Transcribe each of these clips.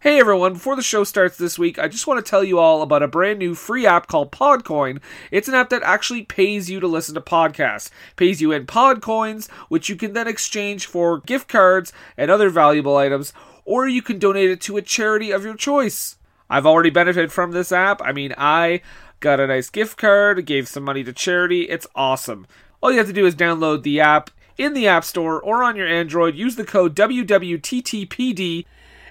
Hey everyone, before the show starts this week, I just want to tell you all about a brand new free app called Podcoin. It's an app that actually pays you to listen to podcasts, pays you in Podcoins, which you can then exchange for gift cards and other valuable items, or you can donate it to a charity of your choice. I've already benefited from this app. I mean, I got a nice gift card, gave some money to charity. It's awesome. All you have to do is download the app in the App Store or on your Android, use the code WWTTPD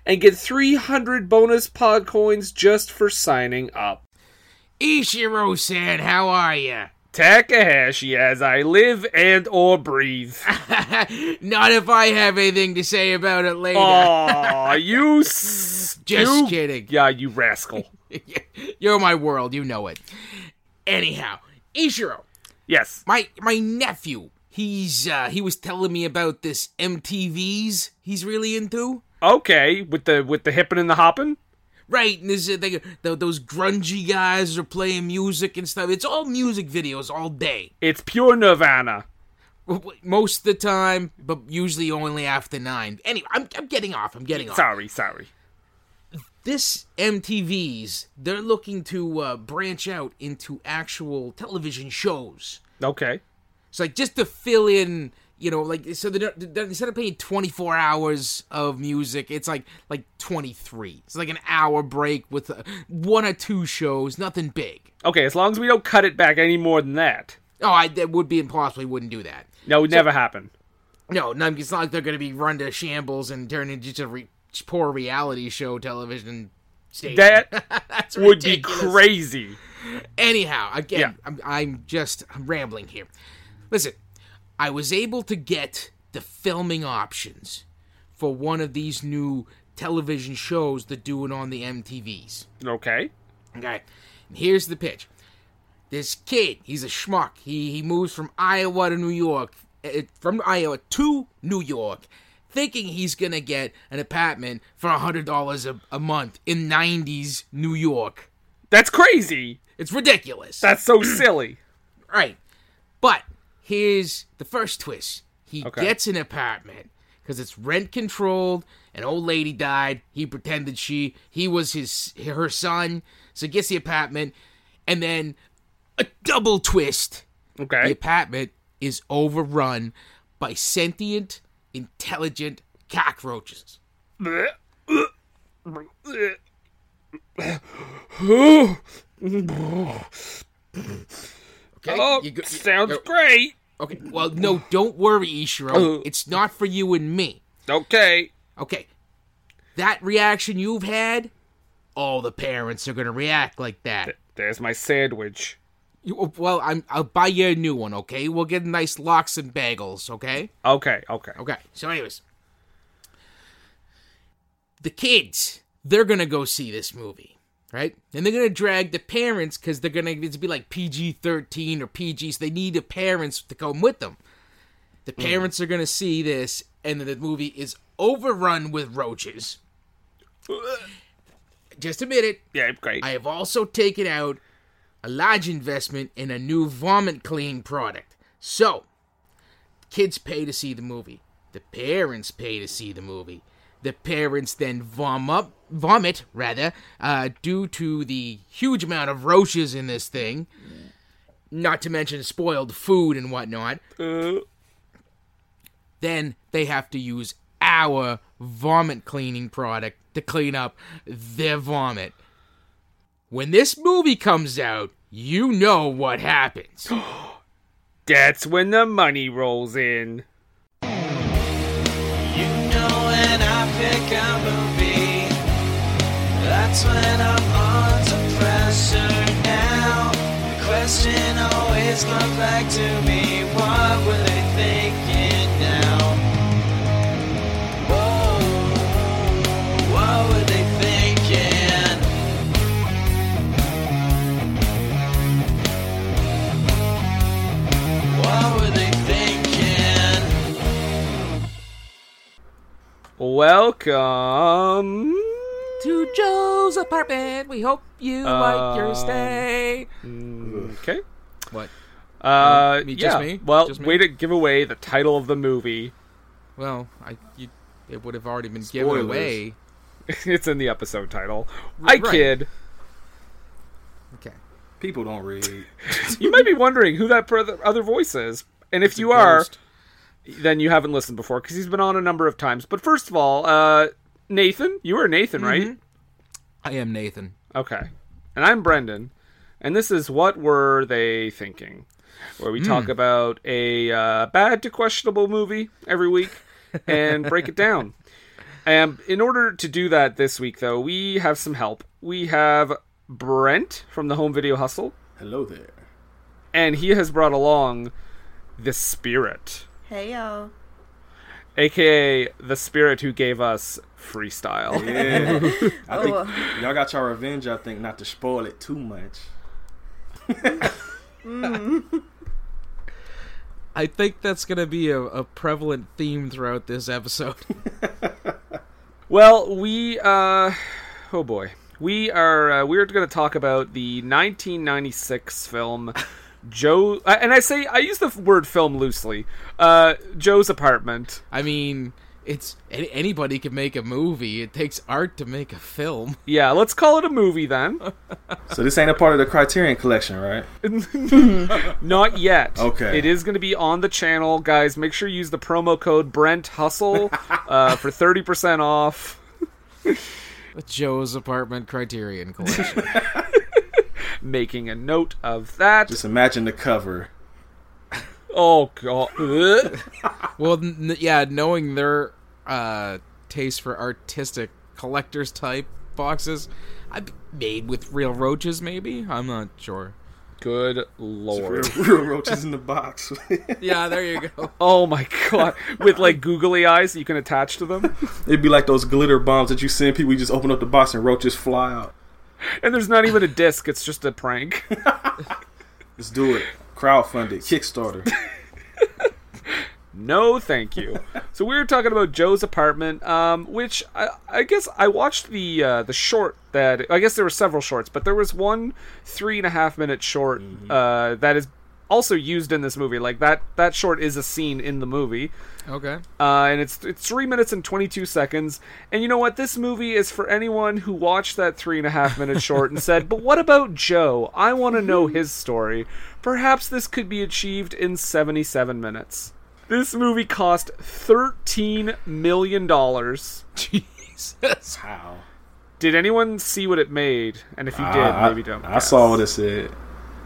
and get 300 bonus pod coins just for signing up. Ishiro san, how are you? Takahashi as I live and or breathe. Not if I have anything to say about it later. Oh. Aw, you s- Just you- kidding. Yeah, you rascal. You're my world, you know it. Anyhow, Ishiro, Yes. my my nephew, he's uh he was telling me about this MTVs he's really into. Okay, with the with the hippin' and the hoppin'? Right, and this, they, th those grungy guys are playing music and stuff. It's all music videos all day. It's pure Nirvana. Most of the time, but usually only after nine. Anyway, I'm, I'm getting off. I'm getting off. Sorry, sorry. this MTV's they're looking to uh, branch out into actual television shows. Okay. It's like just to fill in, you know, like so they're, they're instead of paying 24 hours of music, it's like like 23. It's like an hour break with uh, one or two shows, nothing big. Okay, as long as we don't cut it back any more than that. Oh, I, that would be impossible. He wouldn't do that. No, it would never happen. No, no, it's not like they're going to be run to shambles and turned into just a re- poor reality show television station. That That's would be ridiculous. crazy. Anyhow, again, Yeah. I'm, I'm just I'm rambling here. Listen, I was able to get the filming options for one of these new television shows that do it on the MTVs. Okay. Okay, and here's the pitch. This kid, he's a schmuck. He he moves from Iowa to New York, eh, from Iowa to New York, thinking he's gonna get an apartment for a hundred dollars a month in '90s New York. That's crazy. It's ridiculous. That's so silly. Right. But here's the first twist. He Okay. gets an apartment because it's rent controlled. An old lady died. He pretended she he was his her son. So he gets the apartment, and then a double twist. The Okay. apartment is overrun by sentient, intelligent cockroaches. Oh, Okay, Oh, You go- you- sounds you- great. okay. Well, no, don't worry, Ishiro. It's not for you and me. Okay. Okay. That reaction you've had, all the parents are going to react like that. There's my sandwich. You, well, I'm, I'll buy you a new one, okay? We'll get nice lox and bagels, okay? Okay, okay. Okay, so, anyways. The kids, they're going to go see this movie, right? And they're going to drag the parents because they're going to be like PG 13 or PG, so they need the parents to come with them. The parents are going to see this, and the movie is overrun with roaches. Just admit it. Yeah, great. I have also taken out a large investment in a new vomit clean product. So, kids pay to see the movie. The parents pay to see the movie. The parents then vom up, vomit rather, uh, due to the huge amount of roaches in this thing. Not to mention spoiled food and whatnot. Then they have to use our vomit cleaning product to clean up their vomit when this movie comes out, you know what happens. That's when the money rolls in. You know when I pick a movie, that's when I'm under pressure now. The question always comes back to me, what were they thinking now? Whoa, what were they thinking? Welcome. to Joe's apartment. We hope you like your Um, stay. Okay. What? Uh, me- yeah. just me? Well, Just me? way to give away the title of the movie. Well, I you, it would have already been given Spoilers. away. it's in the episode title. I Right. kid. Okay. People don't read. You might be wondering who that per- other voice is, and if you are, ghost. then you haven't listened before because he's been on a number of times. But first of all, uh, Nathan, you are Nathan, right? I am Nathan. Okay. And I'm Brendan. And this is What Were They Thinking? Where we talk about a uh, bad to questionable movie every week and break it down. And in order to do that this week, though, we have some help. We have Brent from the Home Video Hustle, Hello there. and he has brought along the spirit, Hey yo. aka the spirit who gave us freestyle. Yeah. I think Oh. y'all got your revenge, I think, not to spoil it too much. I think that's going to be a, a prevalent theme throughout this episode. Well, we uh oh boy. We are uh, we're going to talk about the 1996 film Joe uh, and I say I use the word film loosely. Uh Joe's apartment. I mean, it's a- anybody can make a movie. It takes art to make a film. Yeah, let's call it a movie then. So this ain't a part of the Criterion collection, right? Not yet. Okay. It is going to be on the channel, guys. Make sure you use the promo code Brent Hustle uh, for 30% off. Joe's apartment Criterion collection. Making a note of that. Just imagine the cover. oh god. Ugh. well, n- yeah, knowing their uh, taste for artistic collectors type boxes, I made with real roaches. Maybe I'm not sure. Good Real, lord. real roaches in the box. Yeah, there you go. Oh my god. With like googly eyes that you can attach to them. It'd be like those glitter bombs that you send people. You just open up the box and roaches fly out. And there's not even a disc, it's just a prank. Let's do it. Crowdfund it. Kickstarter. No, thank you. So we were talking about Joe's apartment, um, which I, I guess I watched the uh, the short that I guess there were several shorts, but there was one three and a half minute short uh, that is also used in this movie. Like that that short is a scene in the movie. Okay. uh, and it's it's three minutes and twenty two seconds. And you know what? This movie is for anyone who watched that three and a half minute short and said, "But what about Joe? I want to Mm-hmm. know his story." Perhaps this could be achieved in seventy seven minutes. This movie cost thirteen million dollars. Jesus. How? Did anyone see what it made? And if you did, Uh, I, maybe don't. I guess. saw what it said.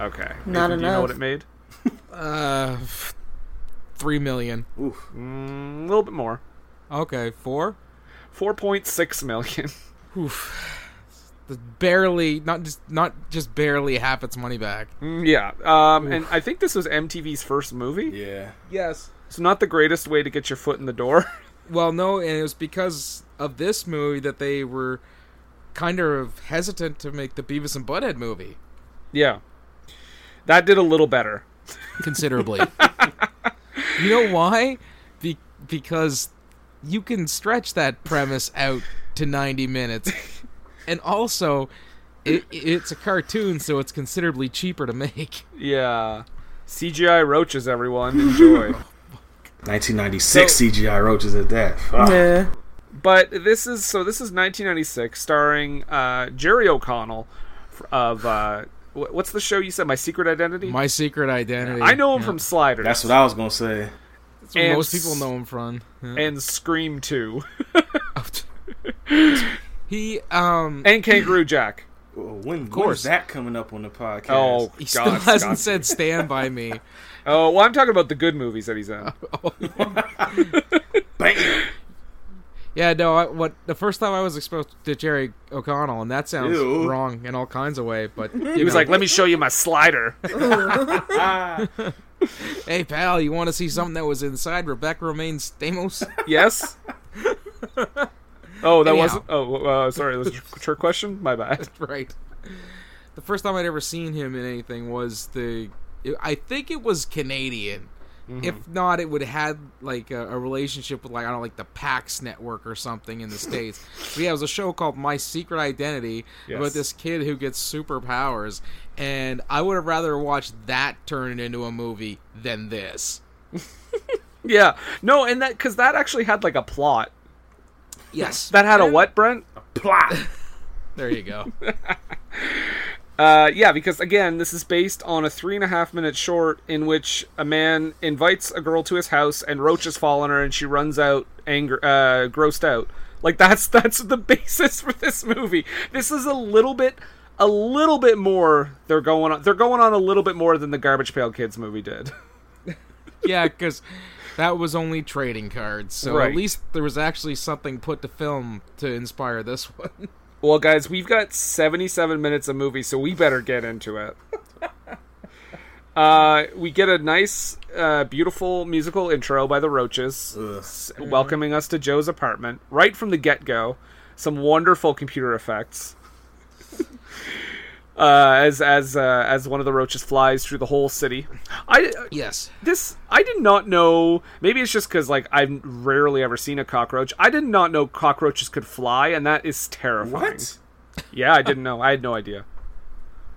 Okay. Not Nathan, Do you know what enough. it made? Uh, f- three million. Oof. A little bit more. Okay, four. Four point six million. barely not just not just barely half its money back. yeah. Um, and I think this was MTV's first movie. Yeah. Yes. So not the greatest way to get your foot in the door. Well, no, and it was because of this movie that they were kind of hesitant to make the Beavis and Butthead movie yeah. That did a little better. considerably. you know why? Be- because you can stretch that premise out to 90 minutes. And also it, it's a cartoon so it's considerably cheaper to make. Yeah. CGI roaches everyone enjoy. 1996 CGI roaches at that. Fuck. Yeah. but this is so this is 1996 starring uh Jerry O'Connell f- of uh wh- what's the show you said My Secret Identity? My secret identity. I know him Yeah. from Sliders. That's what I was gonna say. That's where and most people s- know him from. Yeah. and Scream 2 He um and Kangaroo Jack. Well, When, of course. that coming up on the podcast? Oh he still god. Scott. hasn't said stand by me. Oh, well I'm talking about the good movies that he's in. bam! Yeah, no, I, what the first time I was exposed to Jerry O'Connell and that sounds Ew. wrong in all kinds of way, but He was like, "Let me show you my slider." hey pal, you want to see something that was inside Rebecca Romaine's Stamos? Yes. Oh, that Anyhow. wasn't. Oh, uh, sorry. That was a trick question. My bad. right. The first time I'd ever seen him in anything was the I think it was Canadian If not, it would have had like a, a relationship with like I don't know, like the PAX network or something in the states. but yeah, it was a show called My Secret Identity about Yes. this kid who gets superpowers, and I would have rather watched that turn into a movie than this. Yeah. No, and that because that actually had like a plot. Yes, That had a what, Brent? Plot. there you go. Uh, yeah, because again, this is based on a three and a half minute short in which a man invites a girl to his house, and Roach has fallen her, and she runs out, anger, uh, grossed out. Like that's that's the basis for this movie. This is a little bit, a little bit more. They're going on. They're going on a little bit more than the Garbage Pail Kids movie did. yeah, because that was only trading cards. So Right. at least there was actually something put to film to inspire this one. Well, guys, we've got 77 minutes of movie, so we better get into it. uh, we get a nice, uh, beautiful musical intro by the Roaches, s- welcoming us to Joe's apartment right from the get go. Some wonderful computer effects. Uh, as as uh, as one of the roaches flies through the whole city, I uh, Yes. this I did not know. Maybe it's just because like I've rarely ever seen a cockroach. I did not know cockroaches could fly, and that is terrifying. What? Yeah, I didn't know. I had no idea.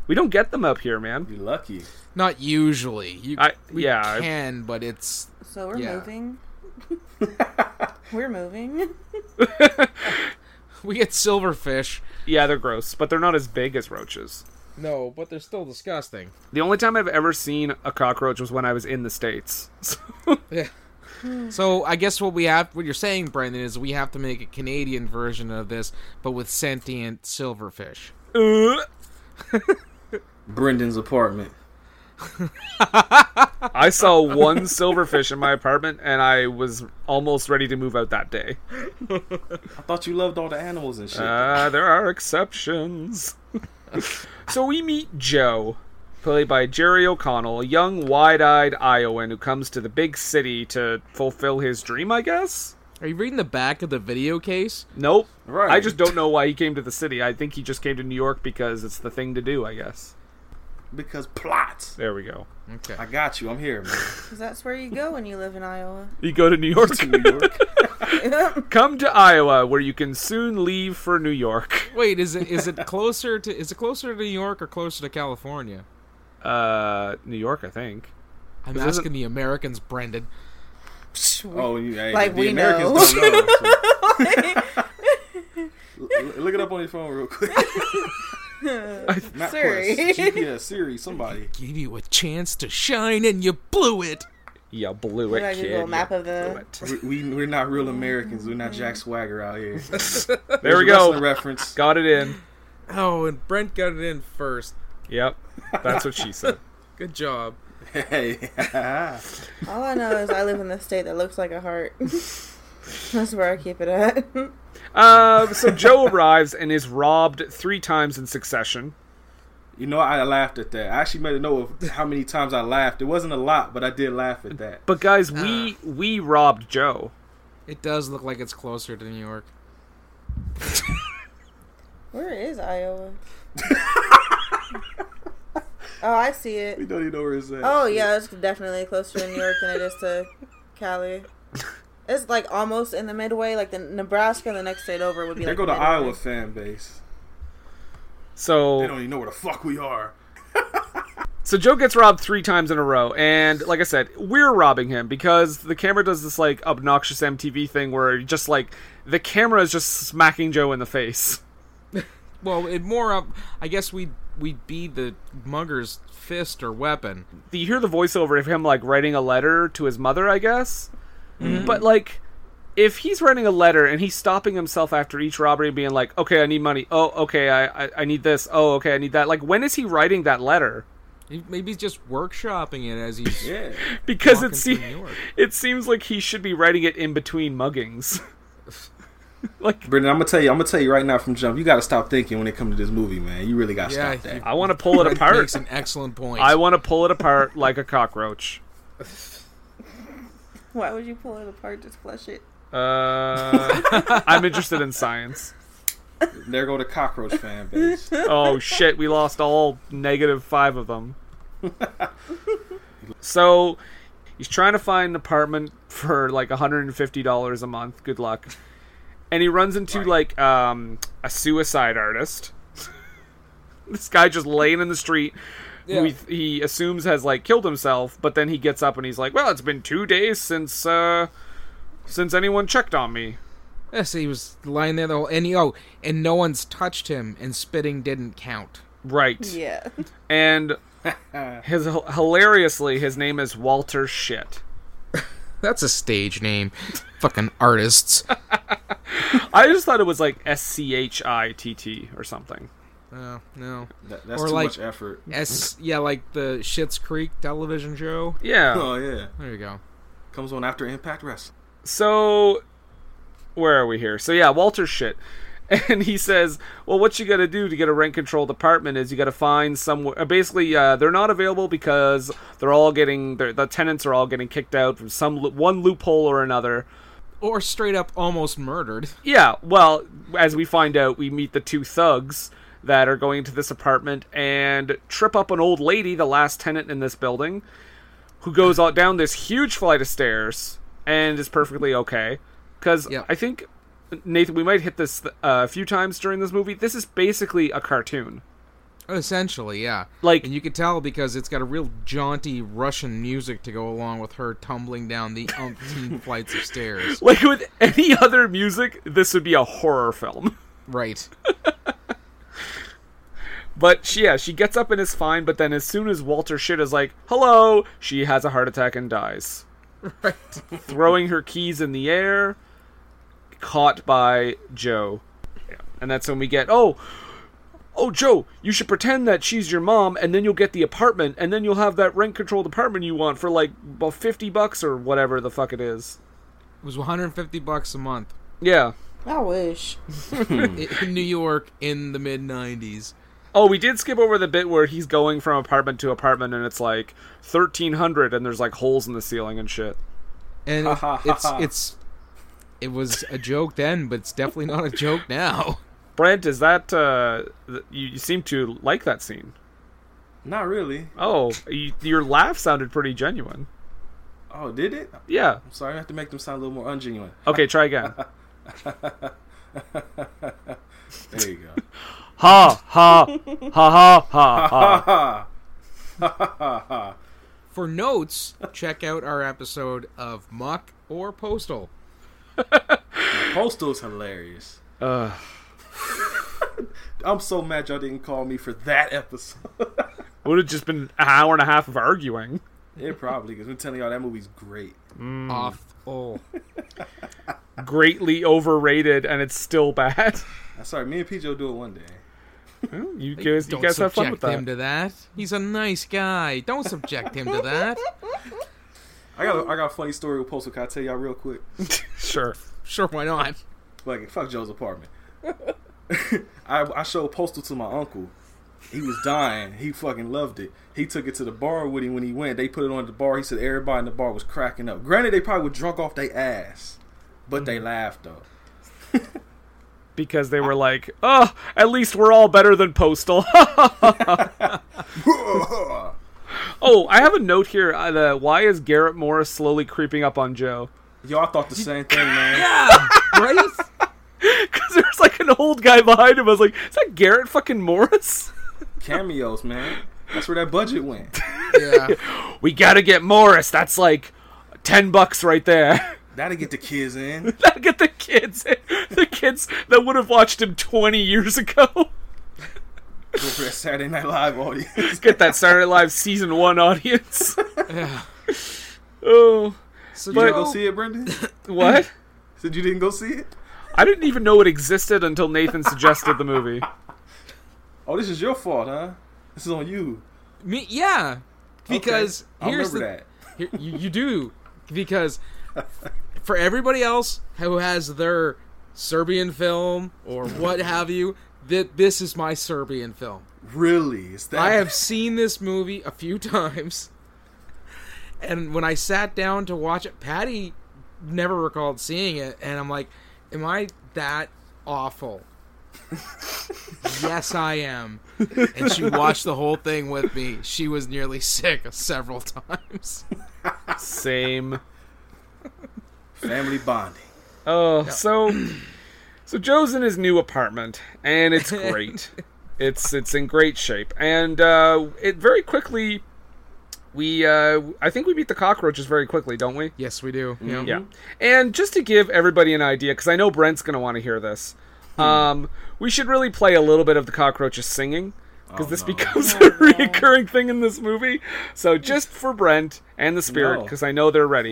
We don't get them up here, man. You lucky. Not usually. You I we yeah. I- can, but it's So we're Yeah. moving. we're moving. we get silverfish. yeah, they're gross, but they're not as big as roaches. No, but they're still disgusting. The only time I've ever seen a cockroach was when I was in the states. Yeah. So I guess what we have, what you're saying, Brendan, is we have to make a Canadian version of this, but with sentient silverfish. Uh, Brendan's apartment. I saw one silverfish in my apartment, and I was almost ready to move out that day. I thought you loved all the animals and shit. Uh, there are exceptions. so we meet Joe, played by Jerry O'Connell, a young, wide eyed Iowan who comes to the big city to fulfill his dream, I guess? Are you reading the back of the video case? Nope. Right. I just don't know why he came to the city. I think he just came to New York because it's the thing to do, I guess. because plot. There we go. Okay. I got you. I'm here, man. 'Cause that's where you go when you live in Iowa. You go to New York. To New York. Oh, Come to Iowa, where you can soon leave for New York. Wait, is it is it closer to is it closer to New York or closer to California? Uh, New York, I think. I'm This isn't- asking the Americans, Brendan. Oh, you, hey, Like, the we Americans don't know. so- L- look it up on your phone real quick. Map Sorry. Quest, GPS, Siri, somebody. Gave you a chance to shine and you blew it. You blew Like it, a kid. Google you map of the. blew it. We, we, we're not real Americans. We're not Jack Swagger out here. There we Wrestling go. reference. Got it in. Oh, and Brent got it in first. Yep. That's what she said. Good job. Hey, All I know is I live in the state that looks like a heart. that's where I keep it at. Uh, so Joe arrives and is robbed three times in succession. you know I laughed at that. I actually made a note of how many times I laughed. It wasn't a lot, but I did laugh at that. But guys, Ah. we we robbed Joe. It does look like it's closer to New York. where is Iowa? oh, I see We it. don't even know where it's at. Oh yeah, it's definitely closer to New York than it is to Cali. It's like almost in the midway, like the Nebraska, the next state over would be. There like go the midway. Iowa fan base. They don't So even know where the fuck we are. so Joe gets robbed three times in a row, and like I said, we're robbing him because the camera does this like obnoxious MTV thing where just like the camera is just smacking Joe in the face. Well, it more up. I guess we we'd be the mugger's fist or weapon. You hear the voiceover of him like writing a letter to his mother, I guess. But like if he's writing a letter and he's stopping himself after each robbery and being like, "Okay, I need money. Oh, okay, I I, I need this. Oh, okay, I need that." Like when is he writing that letter? He- Maybe he's just workshopping it as he's Yeah. because it walking through seems New York. it seems like he should be writing it in between muggings. like Brendan, I'm gonna tell you, I'm gonna tell you right now from jump, you gotta stop thinking when it comes to this movie, man. You really gotta Yeah, stop that. you- I want to pull it apart. makes an excellent point. I want to pull it apart like a cockroach. Why would you pull it apart? Just flush it. Uh, I'm interested in science. There go the cockroach fan base. Oh shit, we lost all negative five of them. so He's trying to find an apartment for like $150 a month. Good luck. And he runs into like um, a suicide artist. this guy just laying in the street who he, he assumes has like killed himself, but then he gets up and he's like, "Well, it's been 2 days since uh since anyone checked on me." Yes, he was lying there the whole and he, oh, and no one's touched him, and spitting didn't count. Right. Yeah. And his hilariously his name is Walter Shit. That's a stage name. Fucking artists. I just thought it was like S C H I T T or something. No, Oh, no. That, that's Or too like- much effort. S, yeah, like the Shit's Creek television show. Yeah. Oh yeah, There you go. comes on after Impact Wrestling. So where are we here? So yeah, Walter Shit. And he says, "Well, what you got to do to get a rent-controlled apartment is you got to find somewhere. uh, Basically, uh, they're not available because they're all getting they're, the tenants are all getting kicked out from some lo- one loophole or another. Or straight up almost murdered. Yeah, well, as we find out, we meet the two thugs that are going to this apartment and trip up an old lady, the last tenant in this building, who goes all down this huge flight of stairs and is perfectly okay. Because Yep. I think, Nathan, we might hit this uh, a few times during this movie. This is basically a cartoon. Essentially, yeah. Like- and you can tell because it's got a real jaunty Russian music to go along with her tumbling down the umpteen flights of stairs. Like with any other music, this would be a horror film. Right. But she, yeah, she gets up and is fine. But then, as soon as Walter shit is like, "Hello," she has a heart attack and dies. Right. Throwing her keys in the air, caught by Joe, and that's when we get oh. Oh, Joe, you should pretend that she's your mom, and then you'll get the apartment, and then you'll have that rent controlled apartment you want for like well, 50 bucks or whatever the fuck it is. It was 150 bucks a month Yeah. I wish. in in New York in the mid 90s. Oh, we did skip over the bit where he's going from apartment to apartment, and it's like 1300, and there's like holes in the ceiling and shit. And it's it's it was a joke then, but it's definitely not a joke now. Brent, is that uh, th- you, you seem to like that scene? Not really. Oh, you, your laugh sounded pretty genuine. Oh, did it? I'm Yeah. sorry, I have to make them sound a little more ungenuine. Okay, try again. There you go. Ha ha ha ha ha ha. For notes, check out our episode of Muck or Postal. Postal's hilarious. Uh. I'm so mad y'all didn't call me for that episode. Would have just been an hour and a half of arguing. it probably because I'm telling y'all that movie's great. Hmm. Off. Oh. Greatly overrated, and it's still bad. I'm Uh, sorry, me and PJ will do it one day. You guys, you Don't guys have subject fun with that. him to that. He's a nice guy. Don't subject him to that. I got a, I got a funny story with Postal. Can I tell y'all real quick? sure. Sure, why not? Like fuck Joe's apartment. I, I showed Postal to my uncle. He was dying. He fucking loved it. He took it to the bar with him when he went. They put it on the bar. He said everybody in the bar was cracking up. Granted, they probably were drunk off their ass, but Mm-hmm. they laughed though. Because they were like, oh, at least we're all better than Postal. oh, I have a note here. Uh, the, why is Garrett Morris slowly creeping up on Joe? Y'all thought the same thing, man. Right? Because there's like an old guy behind him. I was like, is that Garrett fucking Morris? Cameos, man. That's where that budget went. yeah. We gotta get Morris. That's like 10 bucks right there. That'll get the kids in. Gotta get the kids. The kids that would have watched him 20 years ago. Go for that Saturday Night Live audience. Get that Saturday Night Live season one audience. oh, So Did But- you go see it, Brendan? what? Said you didn't go see it? I didn't even know it existed until Nathan suggested the movie. Oh, this is your fault, huh? This is on you. Me, yeah, because Okay. I here's the remember here- you, you do because for everybody else who has their Serbian film or what have you, that this is my Serbian film. Really? Is that I have seen this movie a few times, and when I sat down to watch it, Patty never recalled seeing it, and I'm like, "Am I that awful?" yes, I am. And she watched the whole thing with me. She was nearly sick several times. Same. Family bonding. Oh, so so Joe's in his new apartment, and it's great. it's it's in great shape, and uh, it very quickly. We, uh, I think we beat the cockroaches very quickly, don't we? Yes, we do. Yeah. Yeah. And just to give everybody an idea, because I know Brent's going to want to hear this, um, we should really play a little bit of the cockroaches singing, because this becomes a recurring thing in this movie. So just for Brent and the spirit, No. because I know they're ready.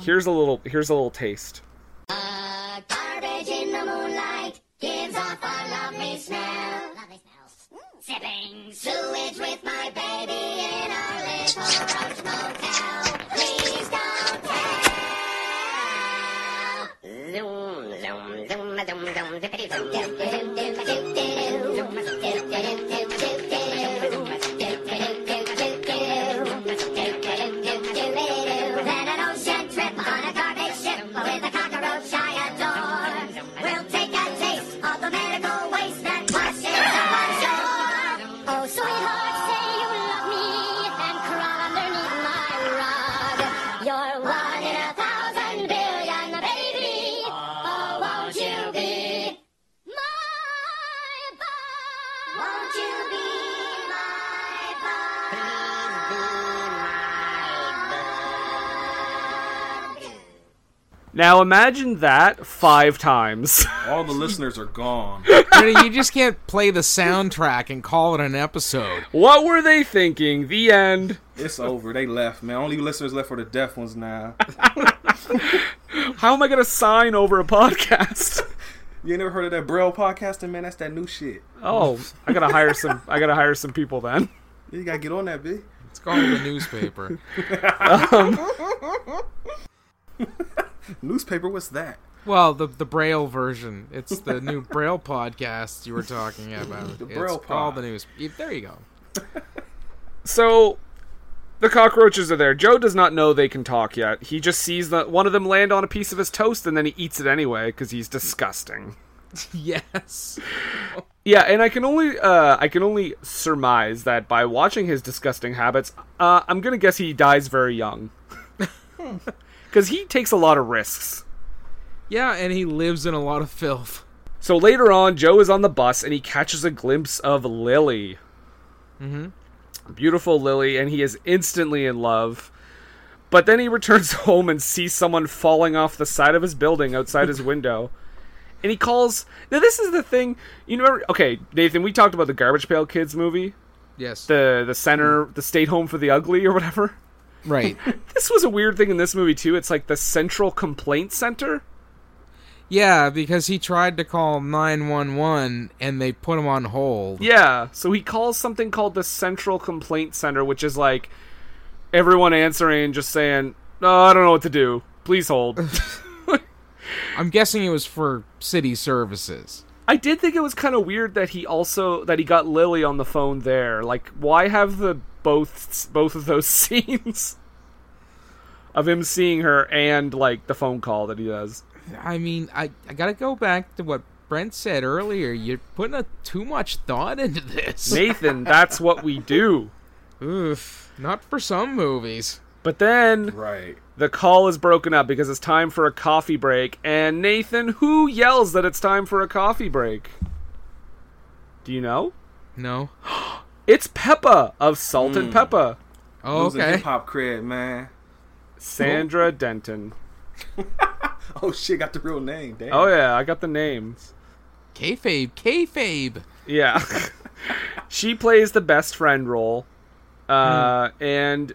Here's a little. Here's a little taste. Garbage in the moonlight gives off a lovely smell. Lovely smell. Sipping sewage with my baby in our little roach motel. Please don't tell. Zoom, zoom, zoom, zoom, zoom, zippity zoom, zoom, zoom, zoom, zoom, zoom, zoom, zoom, zoom, zoom, zoom, Then an ocean trip on a garbage ship with a cockroach I adore. We'll take a taste of the medical waste that washes up our shore. Oh, sweetheart, say you love me and crawl underneath my rug. You're one in a thousand billion, baby. Oh, won't you be my bug? Won't you be my bug? Please be my bug. Now imagine that five times. All the listeners are gone. Brittany, you just can't play the soundtrack and call it an episode. what were they thinking? The end. It's over. They left, man. Only listeners left are the deaf ones now. How am I going to sign over a podcast? You ain't never heard of that Braille podcasting, man? That's that new shit. oh, I gotta hire some. I gotta hire some people then. You gotta get on that, B. It's called the newspaper. Newspaper, what's that? Well, the the Braille version. It's the new Braille podcast you were talking about. The Braille it's called pod. the news. There you go. So the cockroaches are there. Joe does not know they can talk yet. He just sees that one of them land on a piece of his toast and then he eats it anyway because he's disgusting. Yes. Yeah, and I can only uh, I can only surmise that by watching his disgusting habits, uh, I'm gonna guess he dies very young because he takes a lot of risks. Yeah, and he lives in a lot of filth. So later on, Joe is on the bus and he catches a glimpse of Lily. Mm-hmm. Beautiful Lily, and he is instantly in love. But then he returns home and sees someone falling off the side of his building outside his window. And he calls. Now, this is the thing. You remember. Okay, Nathan, we talked about the Garbage Pail Kids movie, Yes. the, the center, the state home for the ugly or whatever. right. This was a weird thing in this movie, too. It's like the Central Complaint Center. Yeah, because he tried to call 911 and they put him on hold. Yeah, so he calls something called the Central Complaint Center, which is like everyone answering and just saying, "No, I don't know what to do. Please hold." I'm guessing it was for city services. I did think it was kind of weird that he also that he got Lily on the phone there. Like, why have the both both of those scenes of him seeing her and like the phone call that he does? I mean, I, I gotta go back to what Brent said earlier. You're putting a, too much thought into this. Nathan, that's what we do. Oof. Not for some movies. But then Right. the call is broken up because it's time for a coffee break. And Nathan, who yells that it's time for a coffee break? Do you know? No. It's Peppa of Salt and Peppa, Oh, Losing hip okay. hop cred, man. Sandra Denton. Oh shit, got the real name. Damn. Oh yeah, I got the names. Kayfabe. Kayfabe. Yeah, she plays the best friend role, uh, and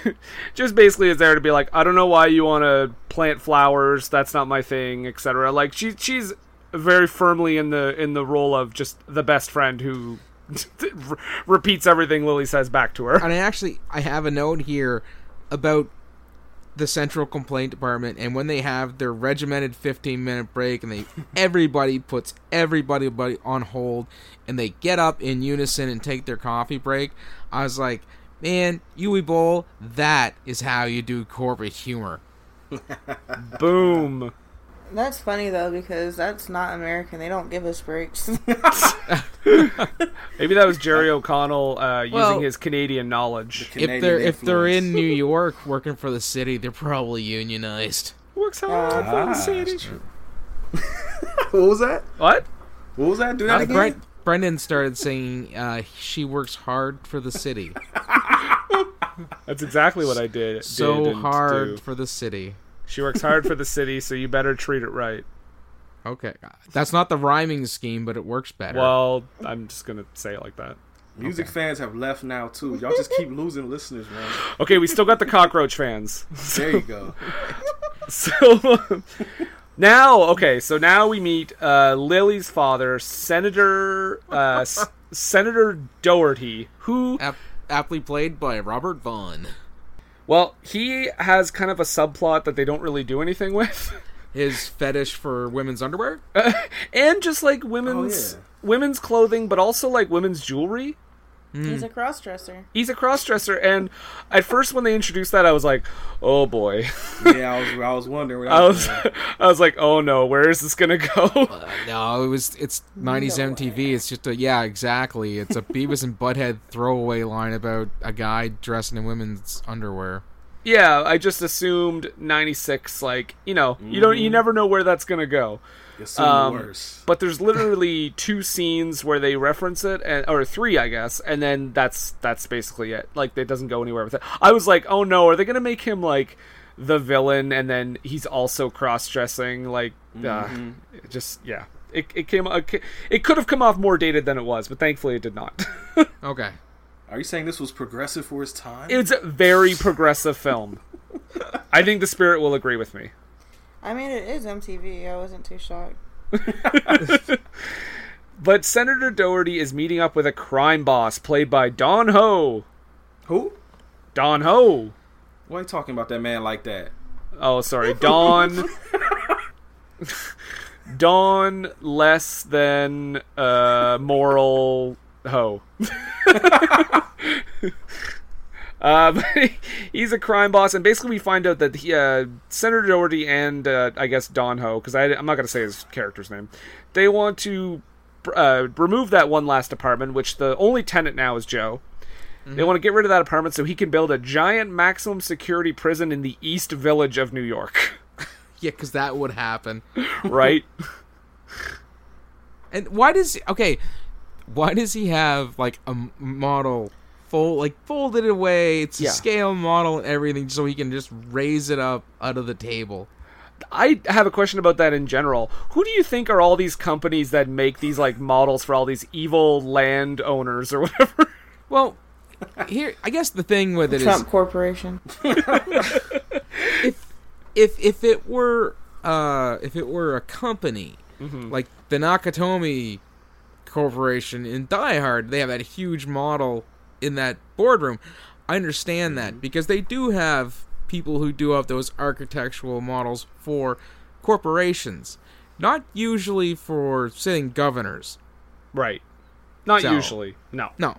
just basically is there to be like, I don't know why you want to plant flowers. That's not my thing, etc. Like she she's very firmly in the in the role of just the best friend who re- repeats everything Lily says back to her. and I actually I have a note here about the central complaint department and when they have their regimented 15 minute break and they everybody puts everybody buddy on hold and they get up in unison and take their coffee break i was like man yui bowl that is how you do corporate humor Boom. That's Mm. funny though because that's not American. They don't give us breaks. It Maybe that was Jerry O'Connell uh, using Well- his Canadian knowledge. Canadian if they're if they're in influence. New York working for the city, they're probably unionized. Works hard for the Ah, city. that's true. what was that? What? What was that? Do that Uh, again. Brent, Brendan started singing. Uh, she works hard for the city, That's exactly what I did. did so and hard do. for the city. She works hard for the city, so you better treat it right. Okay, that's not the rhyming scheme, but it works better. Well, I'm just gonna say it like that. Music fans have left now too. Y'all just keep losing listeners, man. Okay, we still got the cockroach fans. There you go. So now, okay, so now we meet uh, Lily's father, Senator uh, S- Senator Doherty, who Ap- aptly played by Robert Vaughn. well, he has kind of a subplot that they don't really do anything with, His fetish for women's underwear. and just like women's yeah. women's clothing, but also like women's jewelry. He's a crossdresser. He's a crossdresser, and at first when they introduced that, I was like, "Oh boy!" Yeah, I was I was wondering. What I I was was, I was like, "Oh no, where is this gonna go?" No, it was it's '90s MTV. It's just a yeah, exactly. It's a Beavis and Butthead throwaway line about a guy dressing in women's underwear. yeah, I just assumed '96. Like, you know, you don't, you never know where that's gonna go. it's Um, worse. But there's literally two scenes where they reference it, and, or three, I guess, and then that's that's basically it. Like, it doesn't go anywhere with it. I was like, oh no, are they gonna make him like the villain, and then he's also cross-dressing? Like, uh, it just yeah, it it came it could have come off more dated than it was, but thankfully it did not. Okay, Are you saying this was progressive for its time? it's a very progressive film. I think the spirit will agree with me. I mean, it is MTV. I wasn't too shocked. But Senator Doherty is meeting up with a crime boss played by Don Ho. Who? Don Ho. Why are you talking about that man like that? Oh, sorry, Don. Don less than uh, moral hoe. uh, but he- he's a crime boss, and basically we find out that he, uh, Senator Doherty and uh, I guess Don Ho, because I'm not going to say his character's name, they want to uh, remove that one last apartment, which the only tenant now is Joe. They want to get rid of that apartment so he can build a giant maximum security prison in the East Village of New York, yeah, because that would happen. right? And why does okay? Why does he have like a m- model fold like folded away? It's a Yeah. scale model and everything, so he can just raise it up out of the table. I have a question about that in general. Who do you think are all these companies that make these like models for all these evil landowners or whatever? Well, here I guess the thing with it is Trump Corporation. if if if it were uh if it were a company like the Nakatomi Corporation in Die Hard, they have that huge model in that boardroom. I understand that because they do have people who do have those architectural models for corporations, not usually for sitting governors. Right. Not So- usually. No. No,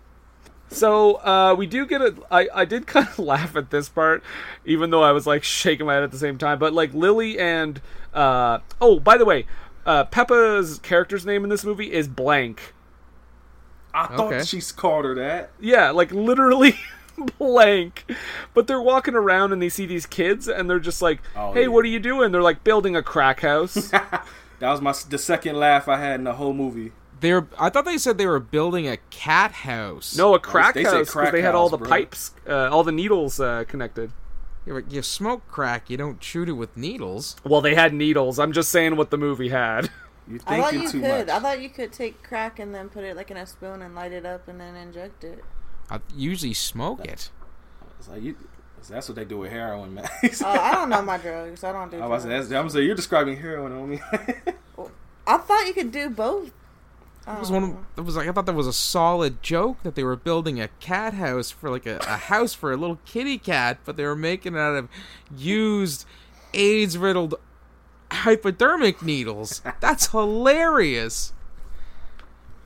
So uh, we do get a. I, I did kind of laugh at this part, even though I was like shaking my head at the same time. But like Lily and uh, oh, by the way, uh, Peppa's character's name in this movie is blank. I thought Okay. she's called her that. Yeah, like literally blank. But they're walking around and they see these kids and they're just like, Oh, "Hey, yeah. what are you doing?" They're like building a crack house. That was my s- the second laugh I had in the whole movie. they're. I thought they said they were building a cat house. no, a crack They house said 'cause crack they had all house, the bro. pipes, uh, all the needles uh, connected. Yeah, but you smoke crack. You don't shoot it with needles. Well, they had needles. I'm just saying what the movie had. You're I thinking thought you too could. much. I thought you could take crack and then put it like in a spoon and light it up and then inject it. I usually smoke it. It's like, you, that's what they do with heroin, man. Oh, I don't know my drugs. I don't do. I was Drugs. I, that's, I'm saying you're describing heroin, Oh, homie. thought you could do both. That was one. Of, that was like I thought that was a solid joke that they were building a cat house for like a, a house for a little kitty cat, but they were making it out of used AIDS riddled hypodermic needles. That's hilarious.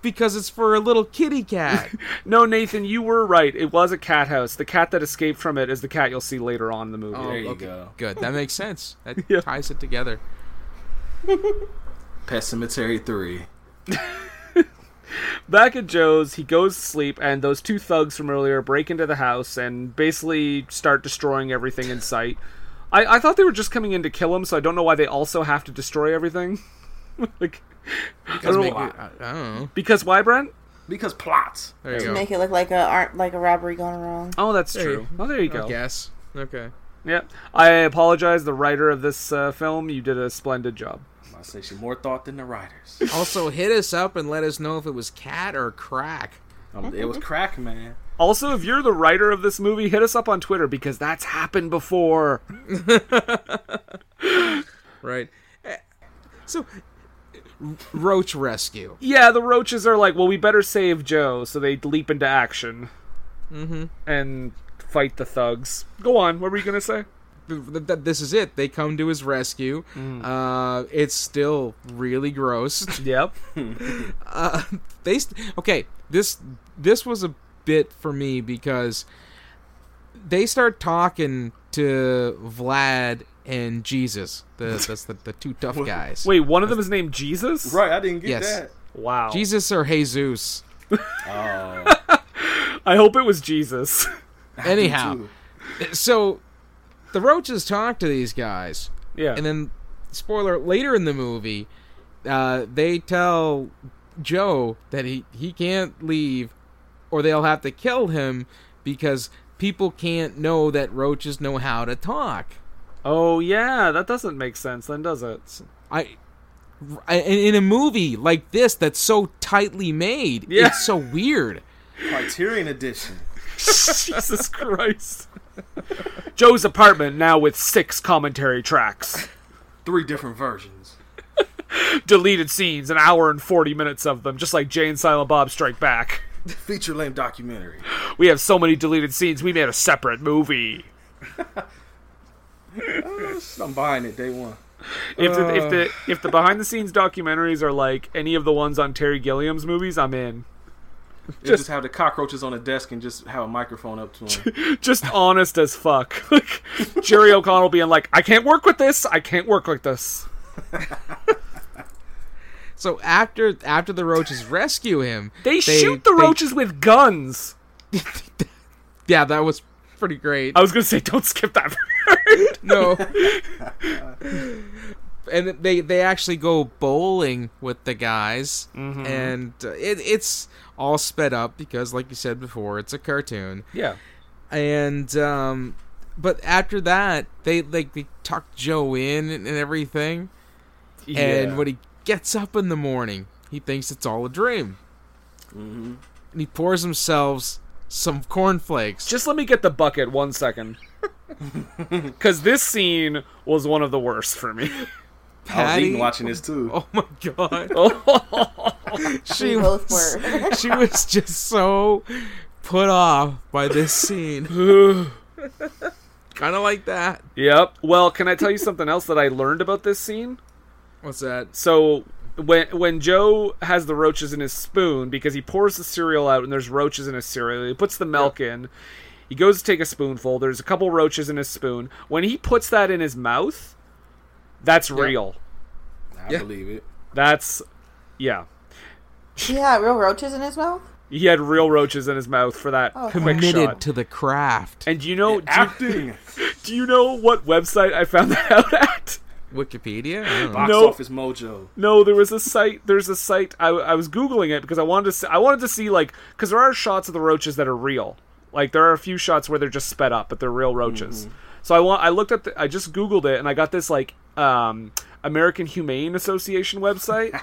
Because it's for a little kitty cat. No, Nathan, you were right. It was a cat house. The cat that escaped from it is the cat you'll see later on in the movie. there you go. Good. That makes sense. That Yeah. ties it together. Pet Cemetery Three. Back at Joe's, he goes to sleep, and those two thugs from earlier break into the house and basically start destroying everything in sight. I, I thought they were just coming in to kill him, so I don't know why they also have to destroy everything. like, I don't know Make it- why. I, I don't know. because why, Brent? Because plots. There you To go. make it look like a ar- like a robbery gone wrong. Oh, that's There true. you- Oh, there you go. Yes. Okay. Yeah, I apologize. The writer of this uh, film, you did a splendid job. I say she more thought than the writers. Also, hit us up and let us know if it was cat or crack. Um, it was crack, man. Also, if you're the writer of this movie, hit us up on Twitter because that's happened before. Right. Eh, So, roach rescue. Yeah, the roaches are like, well, we better save Joe, so they leap into action mm-hmm. and fight the thugs. Go on. What were you gonna say? Th- th- th- This is it. They come to his rescue. Uh, it's still really gross. Yep. they st- okay this this was a bit for me because they start talking to Vlad and Jesus the that's the, the two tough guys Wait, one of them is named Jesus. Right, I didn't get Yes. that. Wow. Jesus or Jesus I hope it was Jesus. anyhow so the roaches talk to these guys yeah. and then spoiler later in the movie uh, they tell joe that he, he can't leave or they'll have to kill him because people can't know that roaches know how to talk oh yeah, that doesn't make sense then, does it? I, I in in a movie like this that's so tightly made Yeah. it's so weird Criterion edition. Jesus Christ. Joe's apartment now with six commentary tracks. Three different versions. deleted scenes, an hour and 40 minutes of them, just like Jay and Silent Bob Strike Back. Feature length documentary. We have so many deleted scenes, we made a separate movie. I'm buying it day one. If the, if the if the behind the scenes documentaries are like any of the ones on Terry Gilliam's movies, I'm in. Just, just have the cockroaches on the desk and just have a microphone up to them. Just honest as fuck. Like Jerry O'Connell being like, "I can't work with this. I can't work like this." so after after the roaches rescue him They, shoot the they- roaches with guns. yeah that was pretty great I was gonna say, don't skip that. no and they they actually go bowling with the guys and uh, it, it's all sped up because like you said before it's a cartoon yeah. and um but after that they like they tuck joe in and everything and when he gets up in the morning he thinks it's all a dream and he pours himself some cornflakes Just let me get the bucket one second. Because this scene was one of the worst for me. I was Patty- eating watching this too. oh my god she We both was were. she was just so put off by this scene kind of like that Yep. Well, can I tell you something else that I learned about this scene? what's that So when when Joe has the roaches in his spoon because he pours the cereal out and there's roaches in his cereal, he puts the milk in. He goes to take a spoonful. There's a couple roaches in his spoon. When he puts that in his mouth, that's real. I believe it. That's yeah. yeah, real roaches in his mouth. He had real roaches in his mouth for that quick committed shot. to the craft And do you know do you, Acting. do you know what website I found that out at? wikipedia I don't know. Box No. office mojo. No, there was a site. There's a site. I, I was googling it because I wanted to. See, I wanted to see like because there are shots of the roaches that are real. Like there are a few shots where they're just sped up, but they're real roaches. So I want. I looked at. The, I just googled it and I got this like um, American Humane Association website,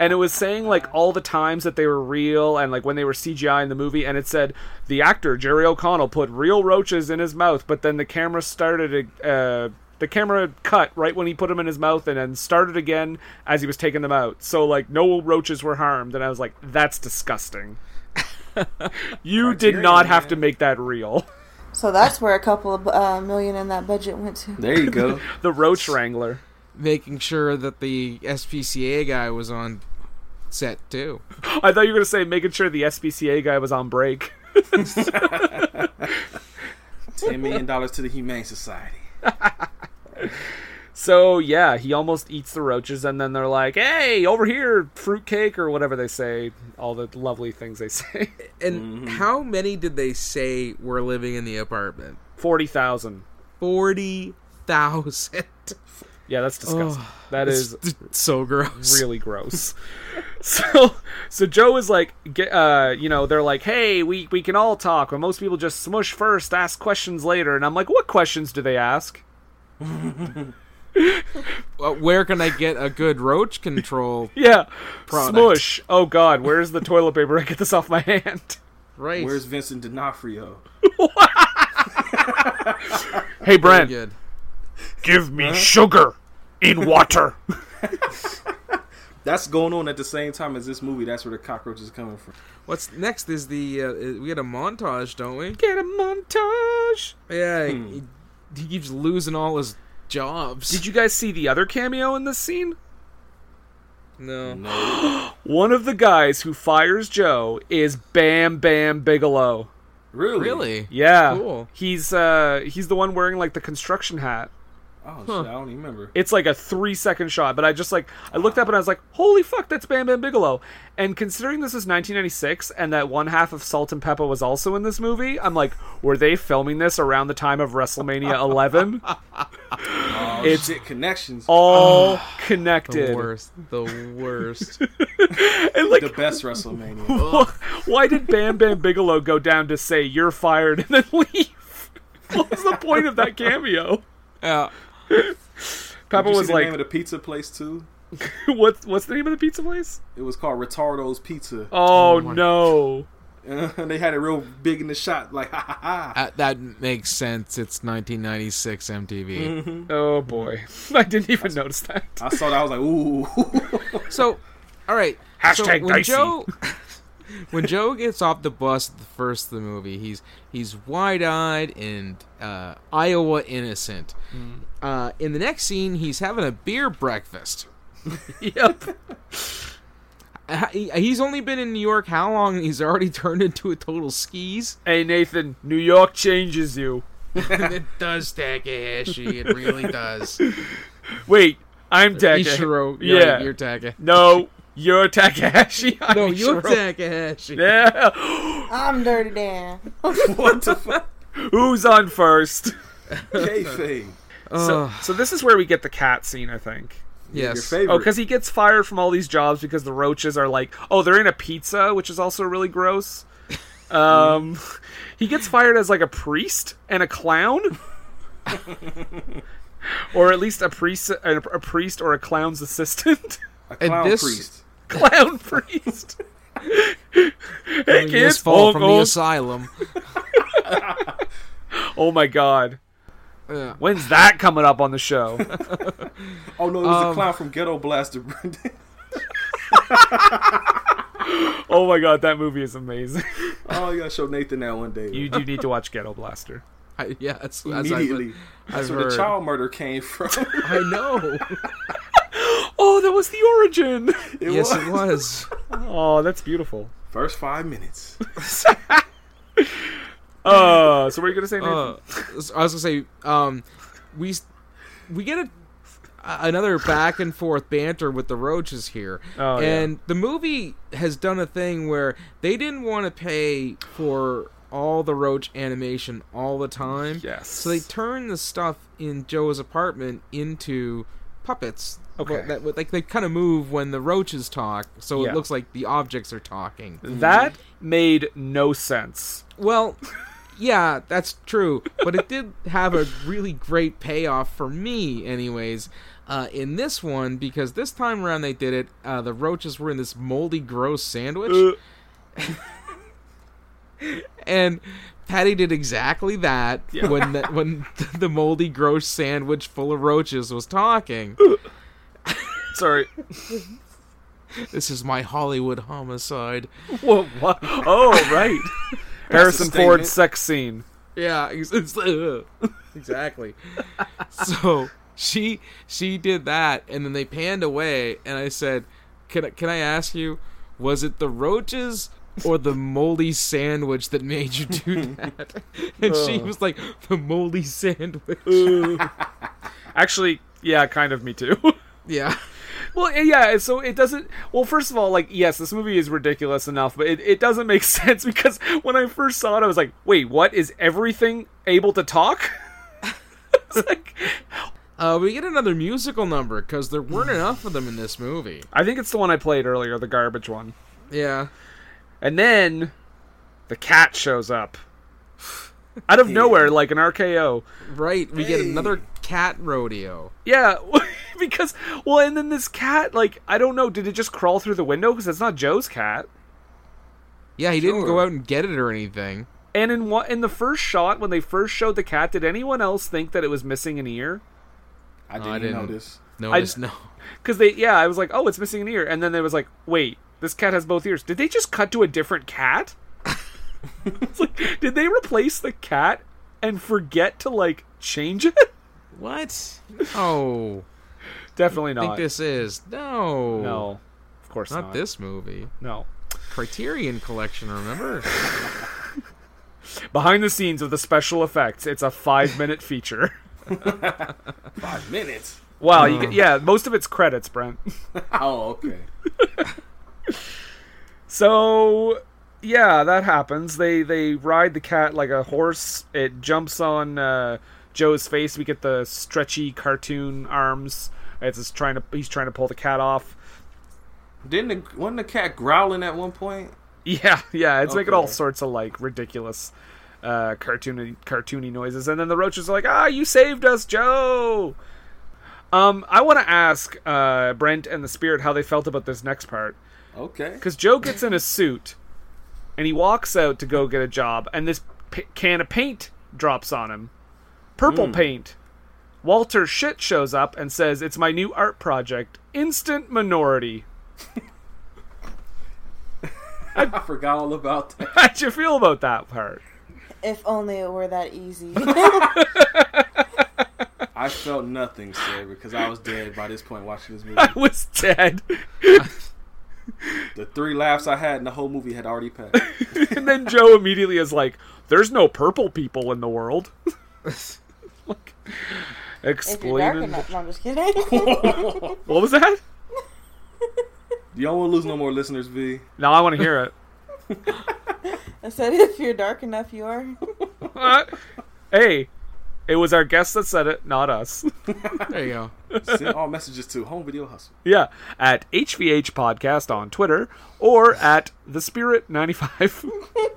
and it was saying like all the times that they were real and like when they were CGI in the movie, and it said the actor Jerry O'Connell put real roaches in his mouth, but then the camera started. Uh, the camera cut right when he put them in his mouth and then started again as he was taking them out. So like no roaches were harmed and I was like that's disgusting. you did Criterion, not have man. to make that real. So that's where a couple of uh, million in that budget went to. There you go. The roach wrangler. making sure that the SPCA guy was on set too. I thought you were going to say making sure the SPCA guy was on break. Ten million dollars to the Humane Society. So yeah, he almost eats the roaches, and then they're like, "Hey, over here, fruitcake or whatever they say." All the lovely things they say. And Mm-hmm. how many did they say were living in the apartment? Forty thousand. Forty thousand. Yeah, that's disgusting. that is so gross. really gross. so so Joe is like, get, uh, you know, they're like, hey, we we can all talk, but most people just smush first, ask questions later, and I'm like, what questions do they ask? Uh, where can I get a good roach control? Yeah, Product. smush. Oh God, where's the toilet paper? I get this off my hand. Right. Where's Vincent D'Onofrio? Hey Very Brent, good? give me sugar in water. That's going on at the same time as this movie. That's where the cockroach is coming from. What's next is the uh, uh, we had a montage, don't we? get a montage. Yeah. He, he keeps losing all his jobs. Did you guys see the other cameo in this scene? No. One of the guys who fires Joe is Bam Bam Bigelow. Really? Really? Yeah. Cool. He's uh he's the one wearing like the construction hat. Oh shit! I don't even remember. It's like a three second shot, but I just like I looked up and I was like, holy fuck, that's Bam Bam Bigelow. And considering this is 1996 and that one half of Salt and Peppa was also in this movie, I'm like, were they filming this around the time of WrestleMania 11? Oh, It's- shit, connections. All The connected. worst. The worst. And like, the best WrestleMania. why did Bam Bam Bigelow go down to say you're fired and then leave? What was the point of that cameo? Yeah. Peppa Did you was see the name of like, the pizza place too? "What's what's the name of the pizza place?" It was called Retardo's Pizza, Oh, no! and they had it real big in the shot, like ha ha ha. Uh, that makes sense. It's 1996 MTV. Oh boy, I didn't even notice that. I saw that. I was like, ooh. So, all right. so Hashtag when dicey. Joe, when Joe gets off the bus at the first of the movie, he's he's wide eyed and uh, Iowa innocent. Hmm. Uh, in the next scene, he's having a beer breakfast. Yep. Uh, he- He's only been in New York how long? and He's already turned into a total skis. Hey Nathan, New York changes you. it does Takahashi. It really does. Wait, I'm Takahashi. Ishiro, you're, yeah. you're Taka. no, you're Takahashi. I'm No, you're Ishiro. Takahashi. Yeah. I'm dirty Dan. what the fuck? Who's on first? Kayfabe. So, so this is where we get the cat scene, I think. Your Yes. favorite. Oh, because he gets fired from all these jobs because the roaches are like, oh, they're in a pizza, which is also really gross. Um, he gets fired as like a priest and a clown, or at least a priest, a, a priest or a clown's assistant, a clown and this- priest. clown priest. hey This kids, fall oh, from the oh, asylum. oh my god, Yeah. when's that coming up on the show? Oh no, it um, was the clown from Ghetto Blaster. Brendan. oh my god, that movie is amazing. oh, you gotta show Nathan that one day. you do need to watch Ghetto Blaster. I, yeah. That's, as I- immediately. That's I've where the heard. child murder came from. I know. Oh, that was the origin. It yes, was. it was. Oh, that's beautiful. First five minutes. Uh, so what are you gonna say, Nathan? Uh, so I was gonna say, um, we s- we get a, a- another back and forth banter with the roaches here, Oh, yeah. and the movie has done a thing where they didn't want to pay for all the roach animation all the time. Yes. So they turned the stuff in Joe's apartment into puppets. Okay. That would- like they kind of move when the roaches talk, so Yeah. it looks like the objects are talking. that made no sense. Well, yeah, that's true, but it did have a really great payoff for me, anyways. Uh, in this one, because this time around they did it, uh, the roaches were in this moldy, gross sandwich, and Patty did exactly that when the, when the moldy, gross sandwich full of roaches was talking. Sorry. this is my Hollywood homicide. Whoa, what? Oh, right. Harrison statement. Ford's sex scene. Yeah, ex- it's- ugh. exactly. so she she did that, and then they panned away, and I said, "Can I, can I ask you, was it the roaches?" Or the moldy sandwich that made you do that, and she was like, "The moldy sandwich." Actually, Yeah, kind of me too. Yeah. well, eh, yeah, so it doesn't. Well, first of all, like, yes, this movie is ridiculous enough, but it, it doesn't make sense because when I first saw it, I was like, wait, what? Is everything able to talk? it's like, Uh, we get another musical number because there weren't enough of them in this movie. I think it's the one I played earlier, the garbage one. Yeah. And then the cat shows up. Out of nowhere, like an RKO. Right. We get another cat rodeo. Yeah, because, well, and then this cat, like, I don't know, did it just crawl through the window? Because that's not Joe's cat. Yeah, he didn't go out and get it or anything. And in what in the first shot when they first showed the cat, did anyone else think that it was missing an ear? I didn't, Oh, I didn't. notice. No, I- it's no. Because they, yeah, I was like, oh, it's missing an ear, and then they was like, wait, this cat has both ears. Did they just cut to a different cat? it's like, did they replace the cat and forget to like change it? What? No. Definitely I think not. this is. No. no, of course not. Not this movie. No. Criterion Collection, remember? Behind the scenes of the special effects, it's a five-minute feature. Five minutes. Wow, Hmm. you could, yeah, most of it's credits, Brent. Oh, okay. So yeah, that happens. They they ride the cat like a horse. It jumps on uh, Joe's face. We get the stretchy cartoon arms. It's just trying to he's trying to pull the cat off. Didn't the, wasn't the cat growling at one point? Yeah, yeah, it's making all Okay. sorts of like ridiculous uh cartoony cartoony noises and then the roaches are like, "Ah, you saved us, Joe." Um I want to ask uh Brent and the Spirit how they felt about this next part. Okay. because Joe gets in a suit and he walks out to go get a job, and this p- can of paint drops on him, purple paint. Walter shit shows up and says, "It's my new art project, instant minority." I forgot all about that. How'd you feel about that part? If only it were that easy. I felt nothing, sir, because I was dead by this point watching this movie. I was dead, The three laughs I had in the whole movie had already passed. and then Joe immediately is like, "There's no purple people in the world." like, if you're dark explaining enough. No, I'm just kidding. what was that? You don't want to lose no more listeners, V. Now I want to hear it. I said, if you're dark enough, you are. Uh, hey, it was our guest that said it, not us. there you go. Send all messages to Home Video Hustle. Yeah, at HVH Podcast on Twitter or at The Spirit 95.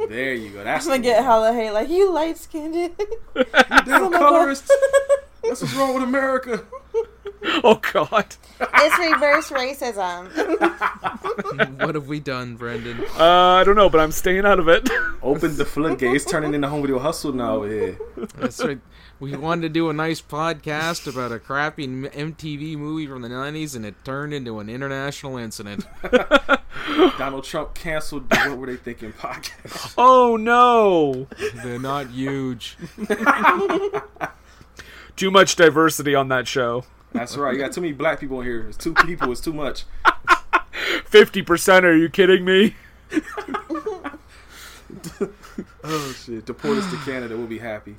There you go. That's I'm gonna get hella hate, like, you light skinned. damn colorists. That's what's wrong with America. oh, God. it's reverse racism. What have we done, Brendan? Uh, I don't know, but I'm staying out of it. Open the floodgates, turning into Home Video Hustle now over here. That's right. We wanted to do a nice podcast about a crappy m- MTV movie from the 90s, and it turned into an international incident. Donald Trump canceled the What Were They Thinking podcast. oh, no. They're not huge. Too much diversity on that show. That's right. You got too many black people in here. It's two people. It's too much. 50%, are you kidding me? Oh, shit. Deport us to Canada. We'll be happy.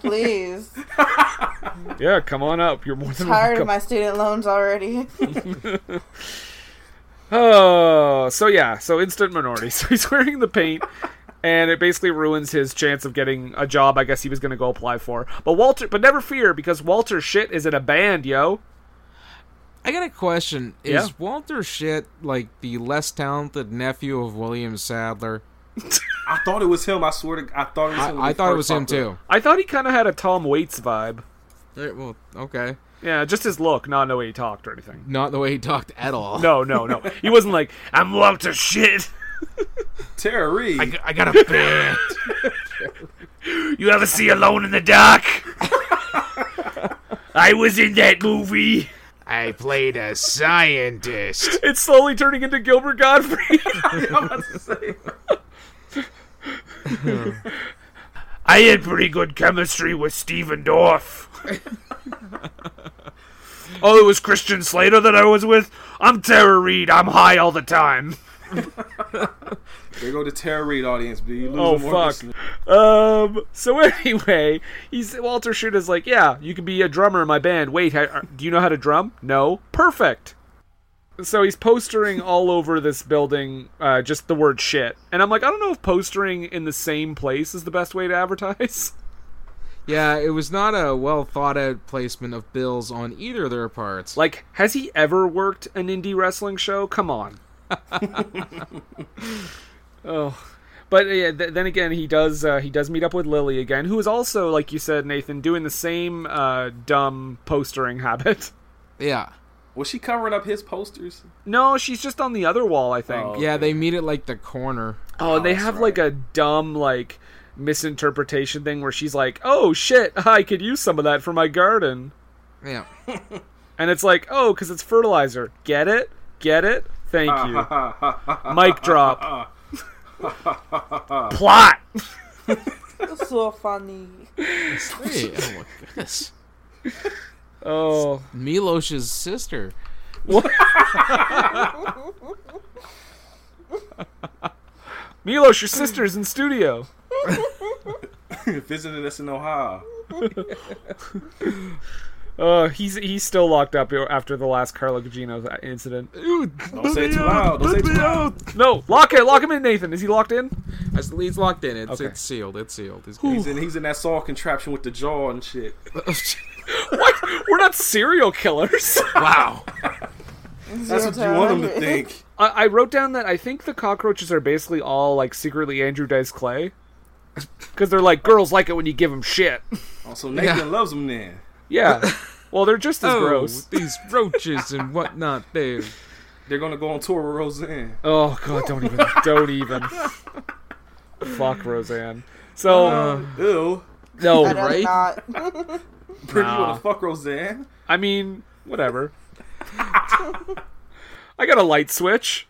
Please. yeah, come on up. You're more than Tired welcome. of my student loans already. Oh, so yeah, so instant minority. So he's wearing the paint. And it basically ruins his chance of getting a job. I guess he was going to go apply for. But Walter, but never fear because Walter shit is in a band, yo. I got a question. Is Yeah. Walter Shit like the less talented nephew of William Sadler? I thought it was him. I swear to I thought it was him. when I he thought it was first him popped up. too. I thought he kind of had a Tom Waits vibe. Eh, Well, okay. Yeah, just his look, not the way he talked or anything. Not the way he talked at all. No, no, no. He wasn't like, I'm Walter Shit. Tara Reid. I got a band. You ever see Alone in the Dark? I was in that movie. I played a scientist. It's slowly turning into Gilbert Godfrey. I had pretty good chemistry with Steven Dorff. oh, it was Christian Slater that I was with? I'm Tara Reid. I'm high all the time. There go the terror raid audience, B. You losing Oh more fuck. listeners. Um. So anyway, he's Walter Shooter's like, yeah, you can be a drummer in my band. Wait, how, do you know how to drum? No. Perfect. So he's postering all over this building, uh, just the word shit. And I'm like, I don't know if postering in the same place is the best way to advertise. Yeah, it was not a well thought out placement of bills on either of their parts. Like, has he ever worked an indie wrestling show? Come on. oh, but yeah, th- then again, he does. Uh, he does meet up with Lily again, who is also, like you said, Nathan, doing the same uh, dumb postering habit. yeah. Was she covering up his posters? No, she's just on the other wall, I think. Oh. Yeah, they meet at like the corner. Oh, and they that's have like a dumb like misinterpretation thing where she's like, "Oh shit, I could use some of that for my garden," Yeah. and it's like, "Oh, because it's fertilizer." Get it? Get it? Thank you. Mic drop. Plot. It's so funny. Hey, oh my goodness. Oh, Milos's sister. Milos, your sister's in studio. Visited us in Ohio. Oh, he's he's still locked up after the last Carlo Gugino incident. Don't say it too loud. Don't say it too loud. No, lock it, lock him in, Nathan. Is he locked in? As he's locked in, it's Okay. it's sealed. It's sealed. It's He's in, he's in that saw contraption with the jaw and shit. What? We're not serial killers. wow. That's what you want him to think. I, I wrote down that I think the cockroaches are basically all like secretly Andrew Dice Clay, because they're like girls like it when you give them shit. Oh, so Nathan Yeah. loves him then. Yeah. Well, they're just as Oh, gross. these roaches and whatnot. They They're gonna go on tour with Roseanne. Oh god, don't even, don't even. Fuck Roseanne. So Ew. no, I'd rather Right? not. Pretty you wanna fuck Roseanne? I mean, whatever. I got a light switch.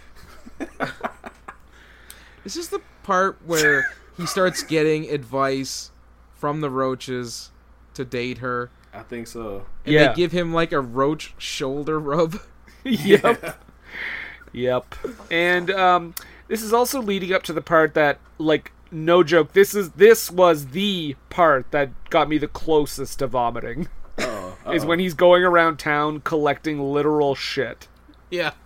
This is the part where he starts getting advice from the roaches to date her. I think so. And yeah. they give him like a roach shoulder rub. yep. Yep. And um, this is also leading up to the part that, like, no joke, this is this was the part that got me the closest to vomiting. Oh, Is when he's going around town collecting literal shit. Yeah.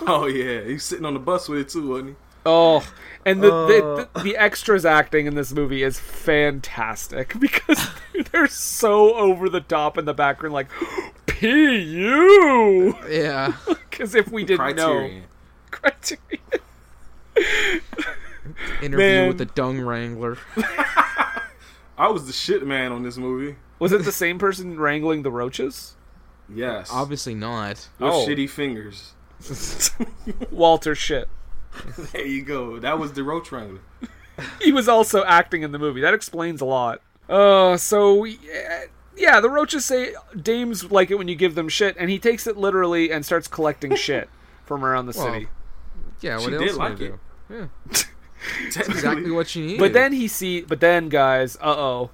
Oh yeah, he's sitting on the bus with it too, wasn't he? Oh, and the, the, the the extras acting in this movie is fantastic because they're so over the top in the background, like "pu," Yeah. because if we didn't know, Criterion. Criterion. Interview Man. with the dung wrangler. I was the shit man on this movie. Was it the same person wrangling the roaches? Yes. Obviously Obviously. not. With Oh. shitty fingers. Walter shit. There you go. That was the road triangle. He was also acting in the movie. That explains a lot. Uh, so yeah, yeah, the roaches say dames like it when you give them shit, and he takes it literally and starts collecting shit from around the Well, city. Yeah, what did else did like do? it. Yeah. Technically. Exactly what she needed. But then he see, but then guys, uh oh,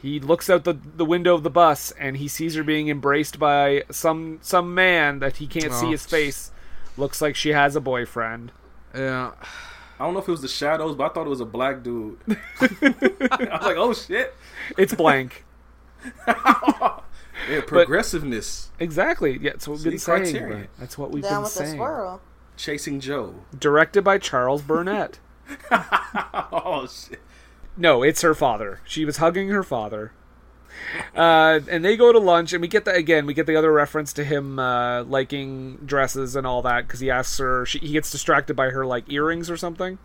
he looks out the the window of the bus and he sees her being embraced by some some man that he can't see Oh. his face. Looks like she has a boyfriend. Yeah. I don't know if it was the shadows, but I thought it was a black dude. I was like, oh shit. It's blank. Yeah, progressiveness. exactly. Yeah, that's what we've been See, saying. Criterion. Brett. That's what we've Down been with the saying. swirl. Chasing Joe. directed by Charles Burnett. Oh shit. no, it's her father. She was hugging her father. Uh, and they go to lunch, and we get that again. We get the other reference to him uh, liking dresses and all that because he asks her. She, he gets distracted by her like earrings or something.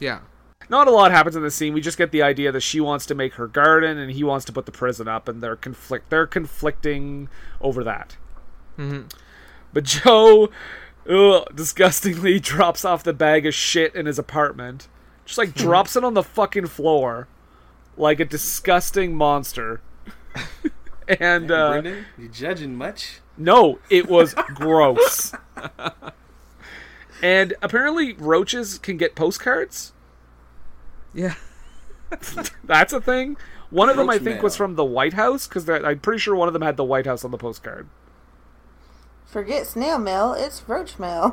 Yeah. Not a lot happens in this scene. We just get the idea that she wants to make her garden, and he wants to put the prison up, and they're conflict. They're conflicting over that. But Joe, ugh, disgustingly, drops off the bag of shit in his apartment. Just like drops it on the fucking floor, like a disgusting monster. and uh, Brendan, you judging much? no, it was gross. and apparently, roaches can get postcards. Yeah. That's a thing. One of them, I Roach think, mail. was from the White House because I'm pretty sure one of them had the White House on the postcard. Forget snail mail. It's roach mail.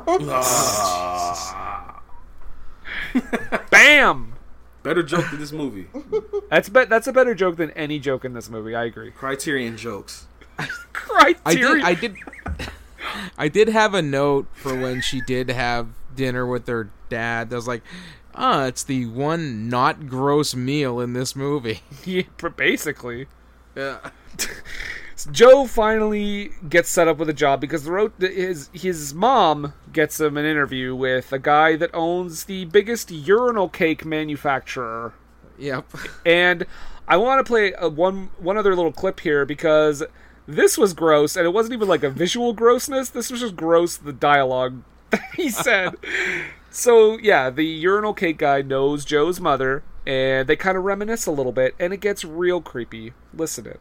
Bam! Better joke than this movie. That's bet. That's a better joke than any joke in this movie. I agree. Criterion jokes. Criterion. I did. I did. I did have a note for when she did have dinner with her dad. That was like, ah, it's the one not gross meal in this movie. Yeah, pr- basically. Joe finally gets set up with a job because the road his his mom gets him an interview with a guy that owns the biggest urinal cake manufacturer. Yep. And I want to play a, one one other little clip here because this was gross, and it wasn't even like a visual grossness. This was just gross. The dialogue that he said. so yeah, the urinal cake guy knows Joe's mother, and they kind of reminisce a little bit, and it gets real creepy. Listen in.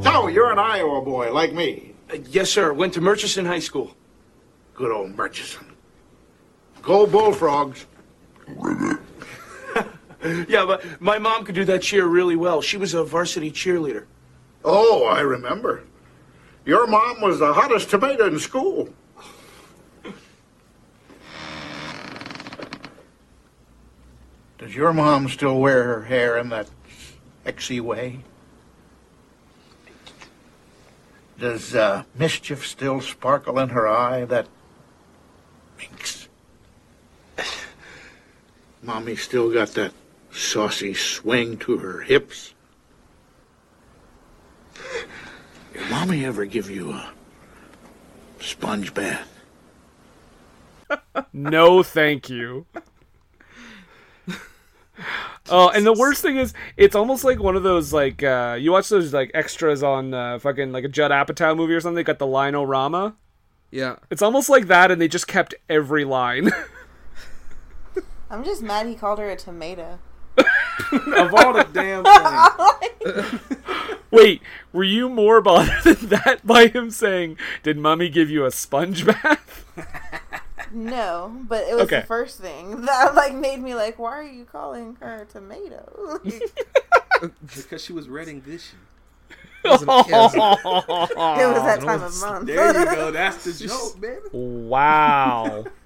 So, you're an Iowa boy like me. Yes, sir. Went to Murchison High School. Good old Murchison. Go Bullfrogs. Yeah, but my mom could do that cheer really well. She was a varsity cheerleader. Oh, I remember. Your mom was the hottest tomato in school. Does your mom still wear her hair in that sexy way? Does uh, mischief still sparkle in her eye, that minx? Mommy still got that saucy swing to her hips. Did mommy ever give you a sponge bath? No, thank you. Oh, and the worst thing is, it's almost like one of those like uh, you watch those like extras on uh, fucking like a Judd Apatow movie or something. They got the Lino Rama. Yeah. It's almost like that, and they just kept every line. I'm just mad he called her a tomato. Of all the damn things. Wait, were you more bothered than that by him saying, "Did mommy give you a sponge bath"? No, but it was Okay. the first thing that like made me like, why are you calling her a tomato? it Because she was red English. was that time of month. There you go. That's the joke, baby. wow.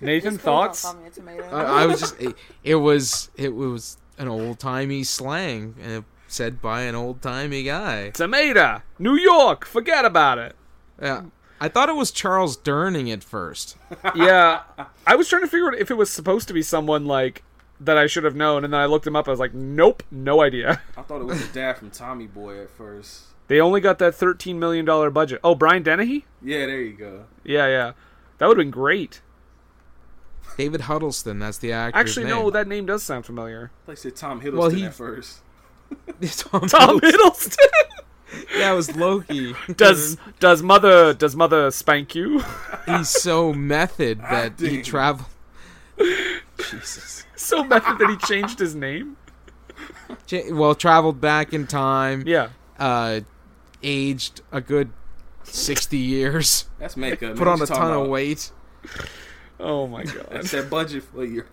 Nathan, Please don't thoughts? call me a tomato. Uh, I, I was just. It, it was. It was an old timey slang, and it said by an old timey guy. Tomato, New York. Forget about it. Yeah. I thought it was Charles Durning at first. yeah, I was trying to figure out if it was supposed to be someone like that I should have known, and then I looked him up. I was like, nope, no idea. I thought it was a dad from Tommy Boy at first. They only got that thirteen million dollar budget. Oh, Brian Dennehy? Yeah, there you go. Yeah, yeah, that would have been great. David Huddleston. That's the actor. Actually, no, that name does sound familiar. They said Tom Hiddleston Well, he- at first. Tom, Tom Hiddleston Yeah, it was Loki. does does mother does mother spank you? he's so method that he Acting. traveled. so method that he changed his name. cha- Well, traveled back in time. Yeah, Uh, aged a good sixty years. That's makeup. Put on a ton of weight. Oh my god. That's that budget for you.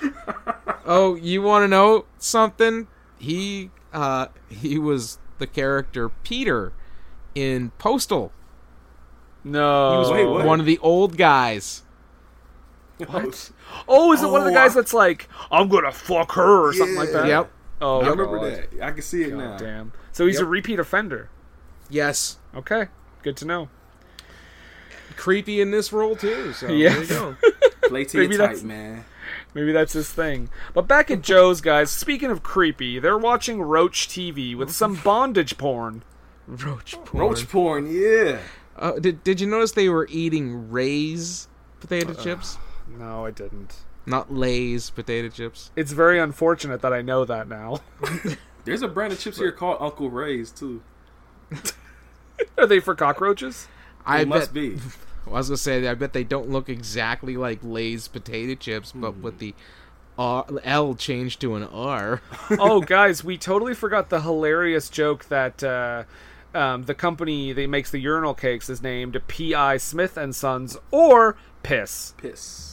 Right Oh, you want to know something? He uh, he was the character Peter in Postal. No. Wait, what? One of the old guys. there. What? Oh, is it one of the Oh, guys I- that's like, I'm gonna fuck her or something like Yeah. that? Yep. Oh, I remember God. that. I can see it now. Damn. So he's a repeat offender. Yes. Okay. Good to know. Creepy in this role too. So Yeah. there you go. Play to Maybe your that's- type, man. Maybe that's his thing. But back at Joe's, guys, speaking of creepy, they're watching Roach TV with some bondage porn. Roach porn. Roach porn, yeah. Uh, did Did you notice they were eating Ray's potato Uh, chips, No, I didn't. not Lay's potato chips? It's very unfortunate that I know that now. There's a brand of chips here called Uncle Ray's too. Are they for cockroaches? I It must bet. be. I was gonna say I bet they don't look exactly like Lay's potato chips, but with Hmm. the R, L changed to an R. oh, guys, we totally forgot the hilarious joke that uh, um, the company that makes the urinal cakes is named P.I. Smith and Sons or Piss. Piss.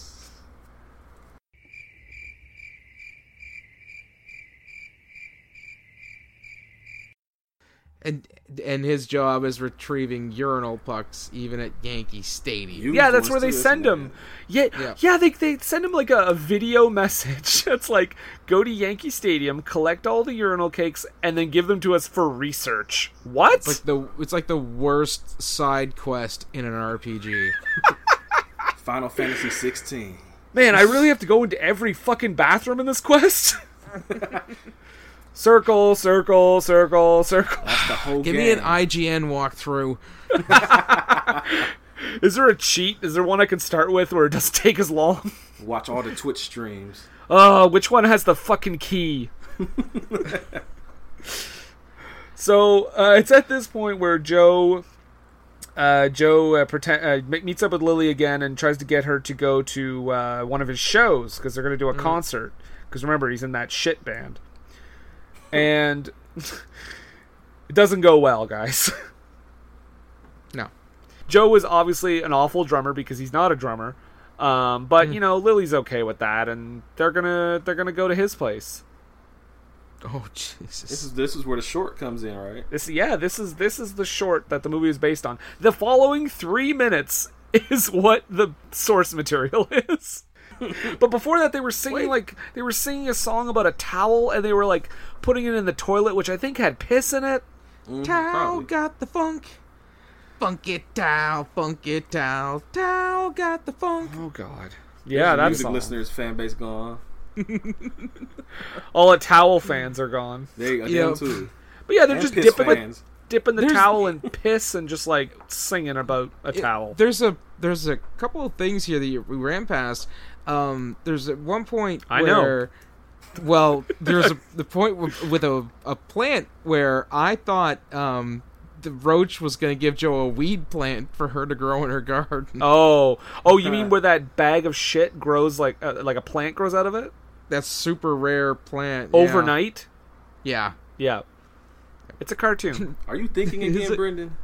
and and his job is retrieving urinal pucks even at Yankee Stadium. yeah, that's where they send him. Yeah, yeah, they, they send him like a, a video message. It's like, go to Yankee Stadium, collect all the urinal cakes, and then give them to us for research. What? Like the it's like the worst side quest in an RPG. Final Fantasy 16. Man, I really have to go into every fucking bathroom in this quest. circle, circle, circle, circle. That's the whole Give game. me an IGN walkthrough. Is there a cheat? Is there one I can start with where it doesn't take as long? Watch all the Twitch streams. Uh, which one has the fucking key? so uh, it's at this point where Joe, uh, Joe uh, pretend, uh, me- meets up with Lily again and tries to get her to go to uh, one of his shows because they're going to do a concert. Because remember, he's in that shit band, and it doesn't go well, guys. No. Joe is obviously an awful drummer because he's not a drummer. Um, Hmm. but you know, Lily's okay with that, and they're gonna they're gonna go to his place. Oh Jesus. This is this is where the short comes in, right? This yeah, this is this is the short that the movie is based on. The following three minutes is what the source material is. but before that, they were singing like they were singing a song about a towel, and they were like putting it in the toilet, which I think had piss in it. Towel Mm-hmm, probably. got the funk. Funky towel, funky towel, towel got the funk. Oh God. Yeah, The that's music listeners fan base gone. all the towel fans are gone. There you go. Yeah. them too. But yeah, they're And just piss dipping with, fans. dipping the There's- towel in piss and just like singing about a it- towel. There's a there's a couple of things here that you, we ran past. Um, there's at one point I know. where, well, there's a, the point with, with a a plant where I thought um the roach was going to give Joe a weed plant for her to grow in her garden. Oh, oh, you mean where that bag of shit grows like uh, like a plant grows out of it That's super rare plant. yeah. overnight? Yeah. Yeah, it's a cartoon. Are you thinking Is again, it- Brendan?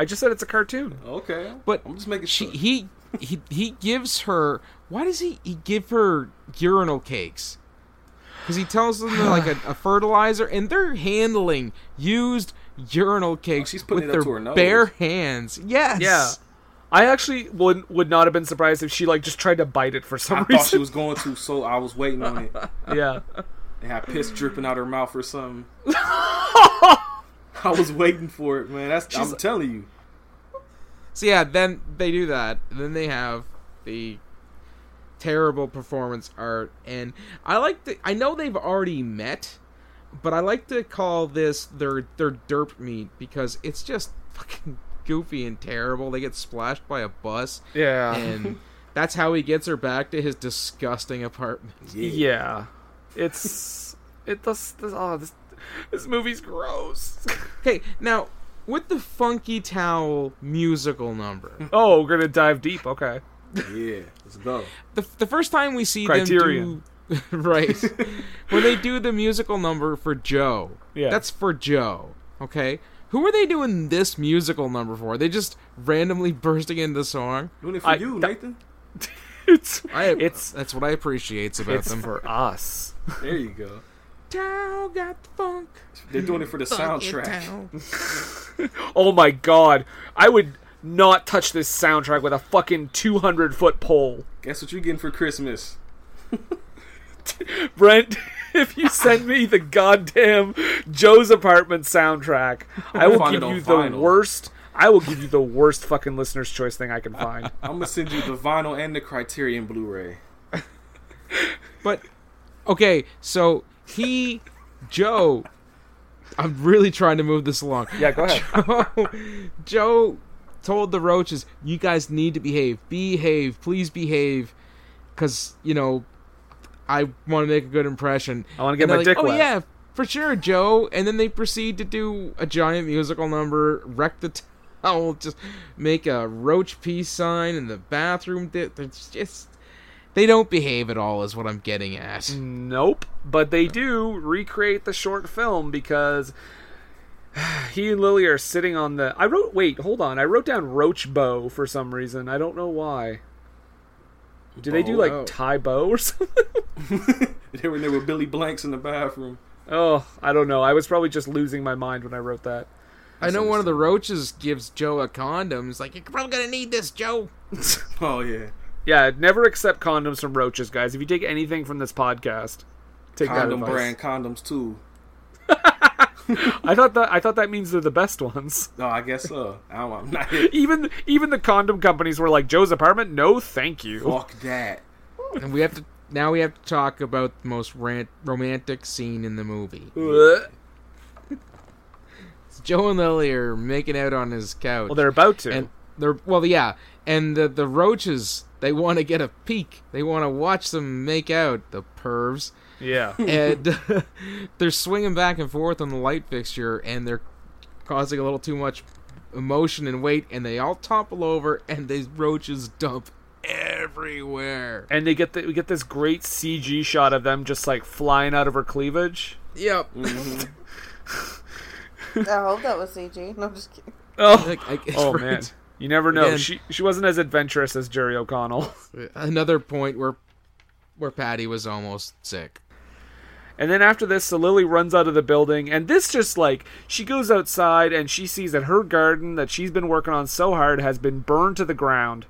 I just said it's a cartoon. Okay. But I'm just making she sure. he he he gives her why does he, he give her urinal cakes because he tells them they're like a, a fertilizer and they're handling used urinal cakes Oh, she's putting with it their up to her nose. bare hands yes Yeah, I actually would would not have been surprised if she like just tried to bite it for some I reason. thought she was going to, so I was waiting on it. yeah, and had piss dripping out her mouth or something. I was waiting for it, man. That's I'm telling you. so yeah then they do that then they have the terrible performance art and i like to i know they've already met but i like to call this their their derp meet because it's just fucking goofy and terrible they get splashed by a bus yeah, and that's how he gets her back to his disgusting apartment yeah. It's it does. This, oh, this this movie's gross. okay now with the funky towel musical number oh, we're gonna dive deep. Okay. Yeah, let's go. the, the first time we see Criterion. them do right when they do the musical number for joe Yeah. that's for joe okay who are they doing this musical number for they just randomly bursting into song Doing it for I- you, that- Nathan. It's I, It's- it's that's what i appreciates about it's them for us. There you go. towel got the funk They're doing it for the soundtrack. towel. Oh my god. I would not touch this soundtrack with a fucking 200 foot pole. Guess what you're getting for Christmas? Brent, if you send me the goddamn Joe's Apartment soundtrack, I will Find it give on you the vinyl. worst. I will give you the worst fucking listener's choice thing I can find. I'm gonna send you the vinyl and the Criterion Blu-ray. But okay, so he Joe I'm really trying to move this along. Yeah, go ahead. Joe, Joe told the roaches, "You guys need to behave. Behave, please behave cuz you know I want to make a good impression." I wanna get And they're my like, dick "Oh wet." yeah, for sure, Joe." And then they proceed to do a giant musical number, wreck the towel, just make a roach peace sign in the bathroom. They- They're just they don't behave at all is what i'm getting at Mm, Nope. But they do recreate the short film because he and Lily are sitting on the. I wrote. Wait, hold on. I wrote down Roach Bow for some reason. I don't know why. Do they do Bow. Oh, like tie bow or something? They were there with Billy Blanks in the bathroom. Oh, I don't know. I was probably just losing my mind when I wrote that. I know one of the roaches gives Joe a condom. It's like, you're probably gonna need this, Joe. oh yeah. Yeah, never accept condoms from roaches, guys. If you take anything from this podcast, take Condom that advice. brand condoms too. I thought that I thought that means they're the best ones. No, I guess so. I don't, I'm not Even even the condom companies were like Joe's apartment. No, thank you. Fuck that. And we have to now we have to talk about the most rant, romantic scene in the movie. Well, It's Joe and Lily are making out on his couch. they're about to. and they're well, yeah, and the the roaches they want to get a peek. They want to watch them make out. The pervs. yeah. and they're swinging back and forth on the light fixture and they're causing a little too much emotion and weight and they all topple over and these roaches dump everywhere And they get the, we get this great CG shot of them just like flying out of her cleavage. yep I hope that was CG. No, I'm just kidding. Oh, Like, like, oh man. You never know. Again. She she wasn't as adventurous as Jerry O'Connell. another point where where patty was almost sick And then after this, so Lily runs out of the building, and this just like she goes outside and she sees that her garden that she's been working on so hard has been burned to the ground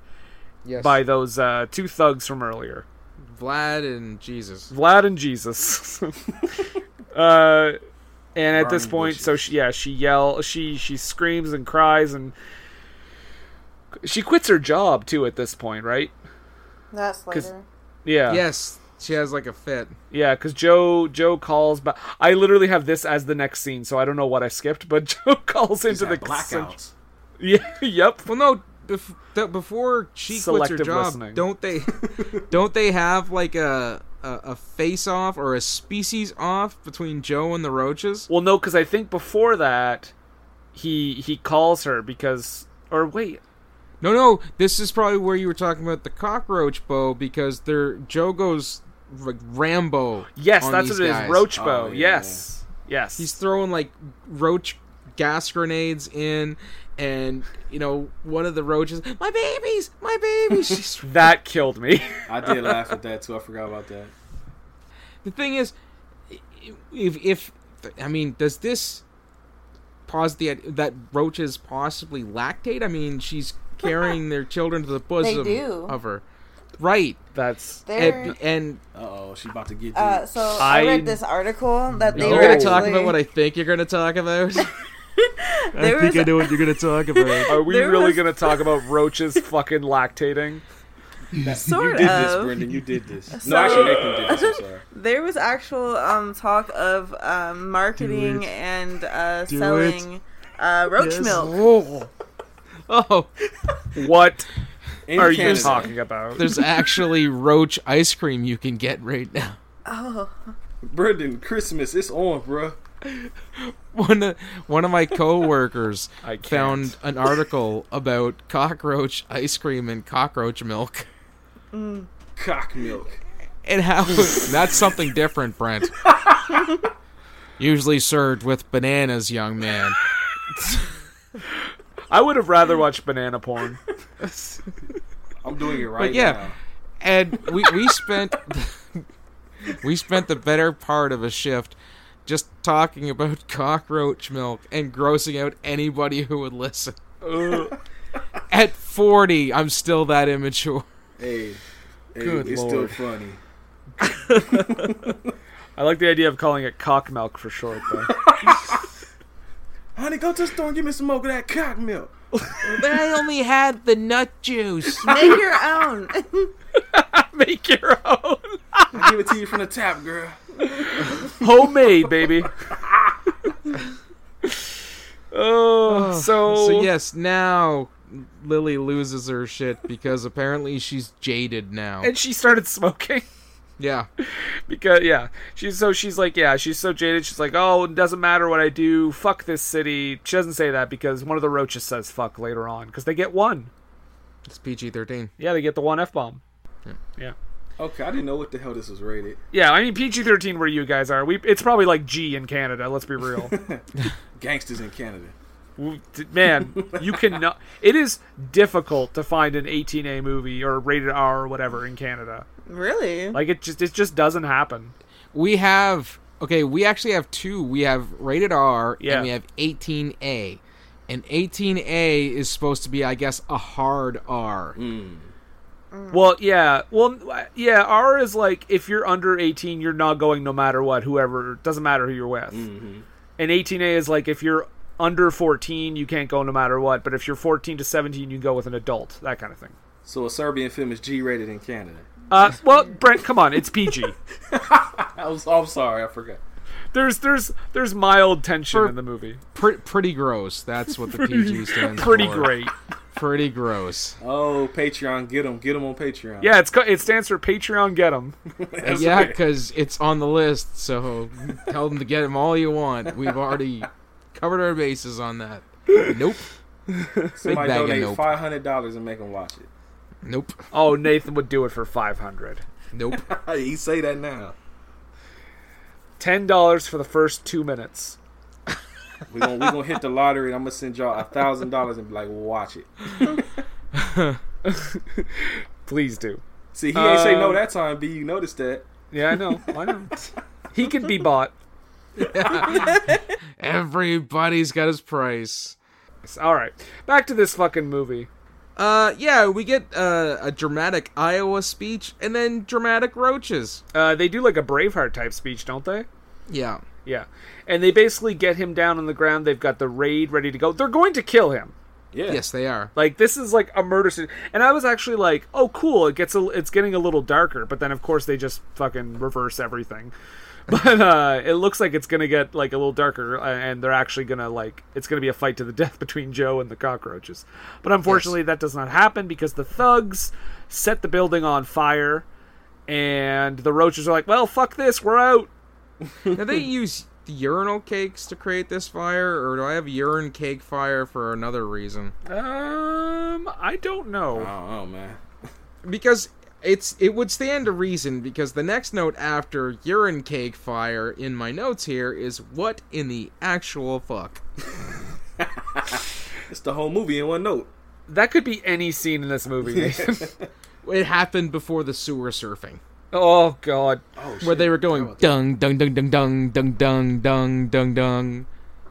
yes by those uh, two thugs from earlier, vlad and jesus Vlad and Jesus. uh, and at this Burning point, so bushes. she, yeah, she yell, she she screams and cries, and she quits her job too. At this point, right? That's later. Yeah, yes she has like a fit Yeah, because Joe Joe calls back. I literally have this as the next scene, so I don't know what I skipped. But Joe calls into the Had blackouts. Yeah, yep. well no bef- the- before she quits her Selective job listening. don't they don't they have like a a, a face off or a species off between joe and the roaches Well, no, because I think before that, he he calls her because or wait, no no this is probably where you were talking about the cockroach bow because they're joe goes like rambo yes, on that's these what it is. guys. Roach bow. Oh, yeah, yes, yes. he's throwing like roach gas grenades in and you know one of the roaches my babies my babies she's that killed me. I did laugh at that too. I forgot about that. the thing is if if i mean does this pause the that roaches possibly lactate i mean she's carrying their children to the bosom do. of her right that's There. and, and Uh oh, she about to get you. Uh, so I, I- read this article that they you're were gonna actually, talk about what i think you're gonna talk about i There think was- i know what you're gonna talk about are we There really was- gonna talk about roaches fucking lactating? you sort did of. this, Brendan. You did this. So- no, actually, Nathan did this. I'm sorry. There was actual um, talk of um, marketing and uh, selling uh, roach milk. oh oh What In are you Canada. talking about? there's actually roach ice cream you can get right now Brendan, Christmas, it's on, bruh. one of, one of my coworkers I can't. found an article about cockroach ice cream and cockroach milk Cock milk. and how that's something different brent usually served with bananas young man I would have rather watched banana porn. I'm doing it right yeah. now. and we, we spent we spent the better part of a shift just talking about cockroach milk and grossing out anybody who would listen at 40 i'm still that immature Hey, hey Good it's lord. still funny. I like the idea of calling it cock milk for short, though. Honey, go to the store and give me some more of that cock milk. But I only had the nut juice. Make your own. Make your own I give it to you from the top, girl. homemade, baby. oh, so, So yes, now Lily loses her shit because apparently she's jaded now. and she started smoking Yeah. because yeah, she's so she's like yeah, she's so jaded. She's like, oh, it doesn't matter what I do. Fuck this city. She doesn't say that because one of the roaches says fuck later on because they get one. It's PG-13. Yeah, they get the one f bomb. Yeah. Okay, I didn't know what the hell this was rated. Yeah, I mean PG thirteen where you guys are. We it's probably like G in Canada. Let's be real, Gangsters in Canada. W- d- man. You cannot. It is difficult to find an eighteen A movie or rated R or whatever in Canada. really? Like it just it just doesn't happen. We have Okay, we actually have two. We have rated R Yeah. and we have 18A. And 18A is supposed to be, I guess, a hard R. Mm. Well, yeah. Well, yeah. R is like if you're under 18, you're not going no matter what. Whoever doesn't matter who you're with. And 18A is like if you're under 14, you can't go no matter what. But if you're 14 to 17, you can go with an adult. That kind of thing. So a Serbian film is G rated in Canada. Uh, well, Brent, come on, it's PG. I was, I'm sorry, I forgot. There's there's there's mild tension in the movie. Pre- pretty gross. That's what the PG stands pretty for. great. Pretty gross. Oh, Patreon, get them, get them on Patreon. Yeah, it's co- it stands for Patreon Get 'em. That's yeah, right. because it's on the list, so tell them to get them all you want. We've already covered our bases on that. Nope. Big somebody bag of donate nope. five hundred dollars and make them watch it. nope. Oh, Nathan would do it for 500. Nope. you say that now. Ten dollars for the first two minutes. We're gonna, we gonna hit the lottery and I'm gonna send y'all a thousand dollars and be like, watch it. Please do. See, he ain't say no Um, that time, B. You noticed that. Yeah, I know. I know. He can be bought. Everybody's got his price. All right, back to this fucking movie. Uh, yeah, we get uh, a dramatic Iowa speech and then dramatic roaches. Uh, they do like a Braveheart type speech, don't they? Yeah. Yeah, and they basically get him down on the ground. They've got the raid ready to go. They're going to kill him. Yeah. Yes, they are. Like this is like a murder scene. And I was actually like, oh, cool. It gets a, it's getting a little darker, but then of course they just fucking reverse everything. But uh, it looks like it's gonna get like a little darker, uh, and they're actually gonna like it's gonna be a fight to the death between Joe and the cockroaches. But unfortunately, that does not happen because the thugs set the building on fire, and the roaches are like, "Well, fuck this, we're out." Now they use urinal cakes to create this fire, or do I have urine cake fire for another reason? Um, I don't know. I don't know, man. Because it's it would stand to reason because the next note after urine cake fire in my notes here is what in the actual fuck? It's the whole movie in one note. That could be any scene in this movie. Nathan. It happened before the sewer surfing. oh God, Where they were going dung dung dung dung dung dung dung dung dung dung.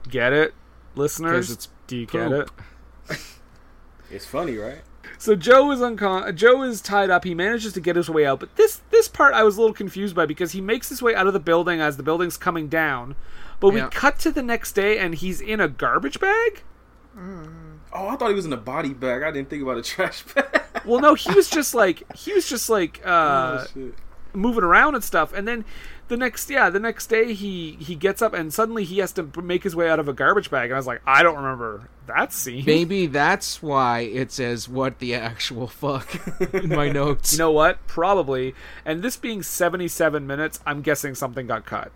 get it, listeners? 'Cause it's Do you get it? It's funny, right? So Joe is uncon. Joe is tied up. He manages to get his way out, but this this part I was a little confused by because he makes his way out of the building as the building's coming down. But we Yeah. cut to the next day and he's in a garbage bag. Oh, I thought he was in a body bag. I didn't think about a trash bag. Well, no, he was just like he was just like uh, oh, shit. moving around and stuff. And then the next yeah, the next day he he gets up and suddenly he has to b- make his way out of a garbage bag. And I was like, I don't remember that scene. Maybe that's why it says what the actual fuck in my notes. You know what? Probably. And this being 77 minutes, I'm guessing something got cut.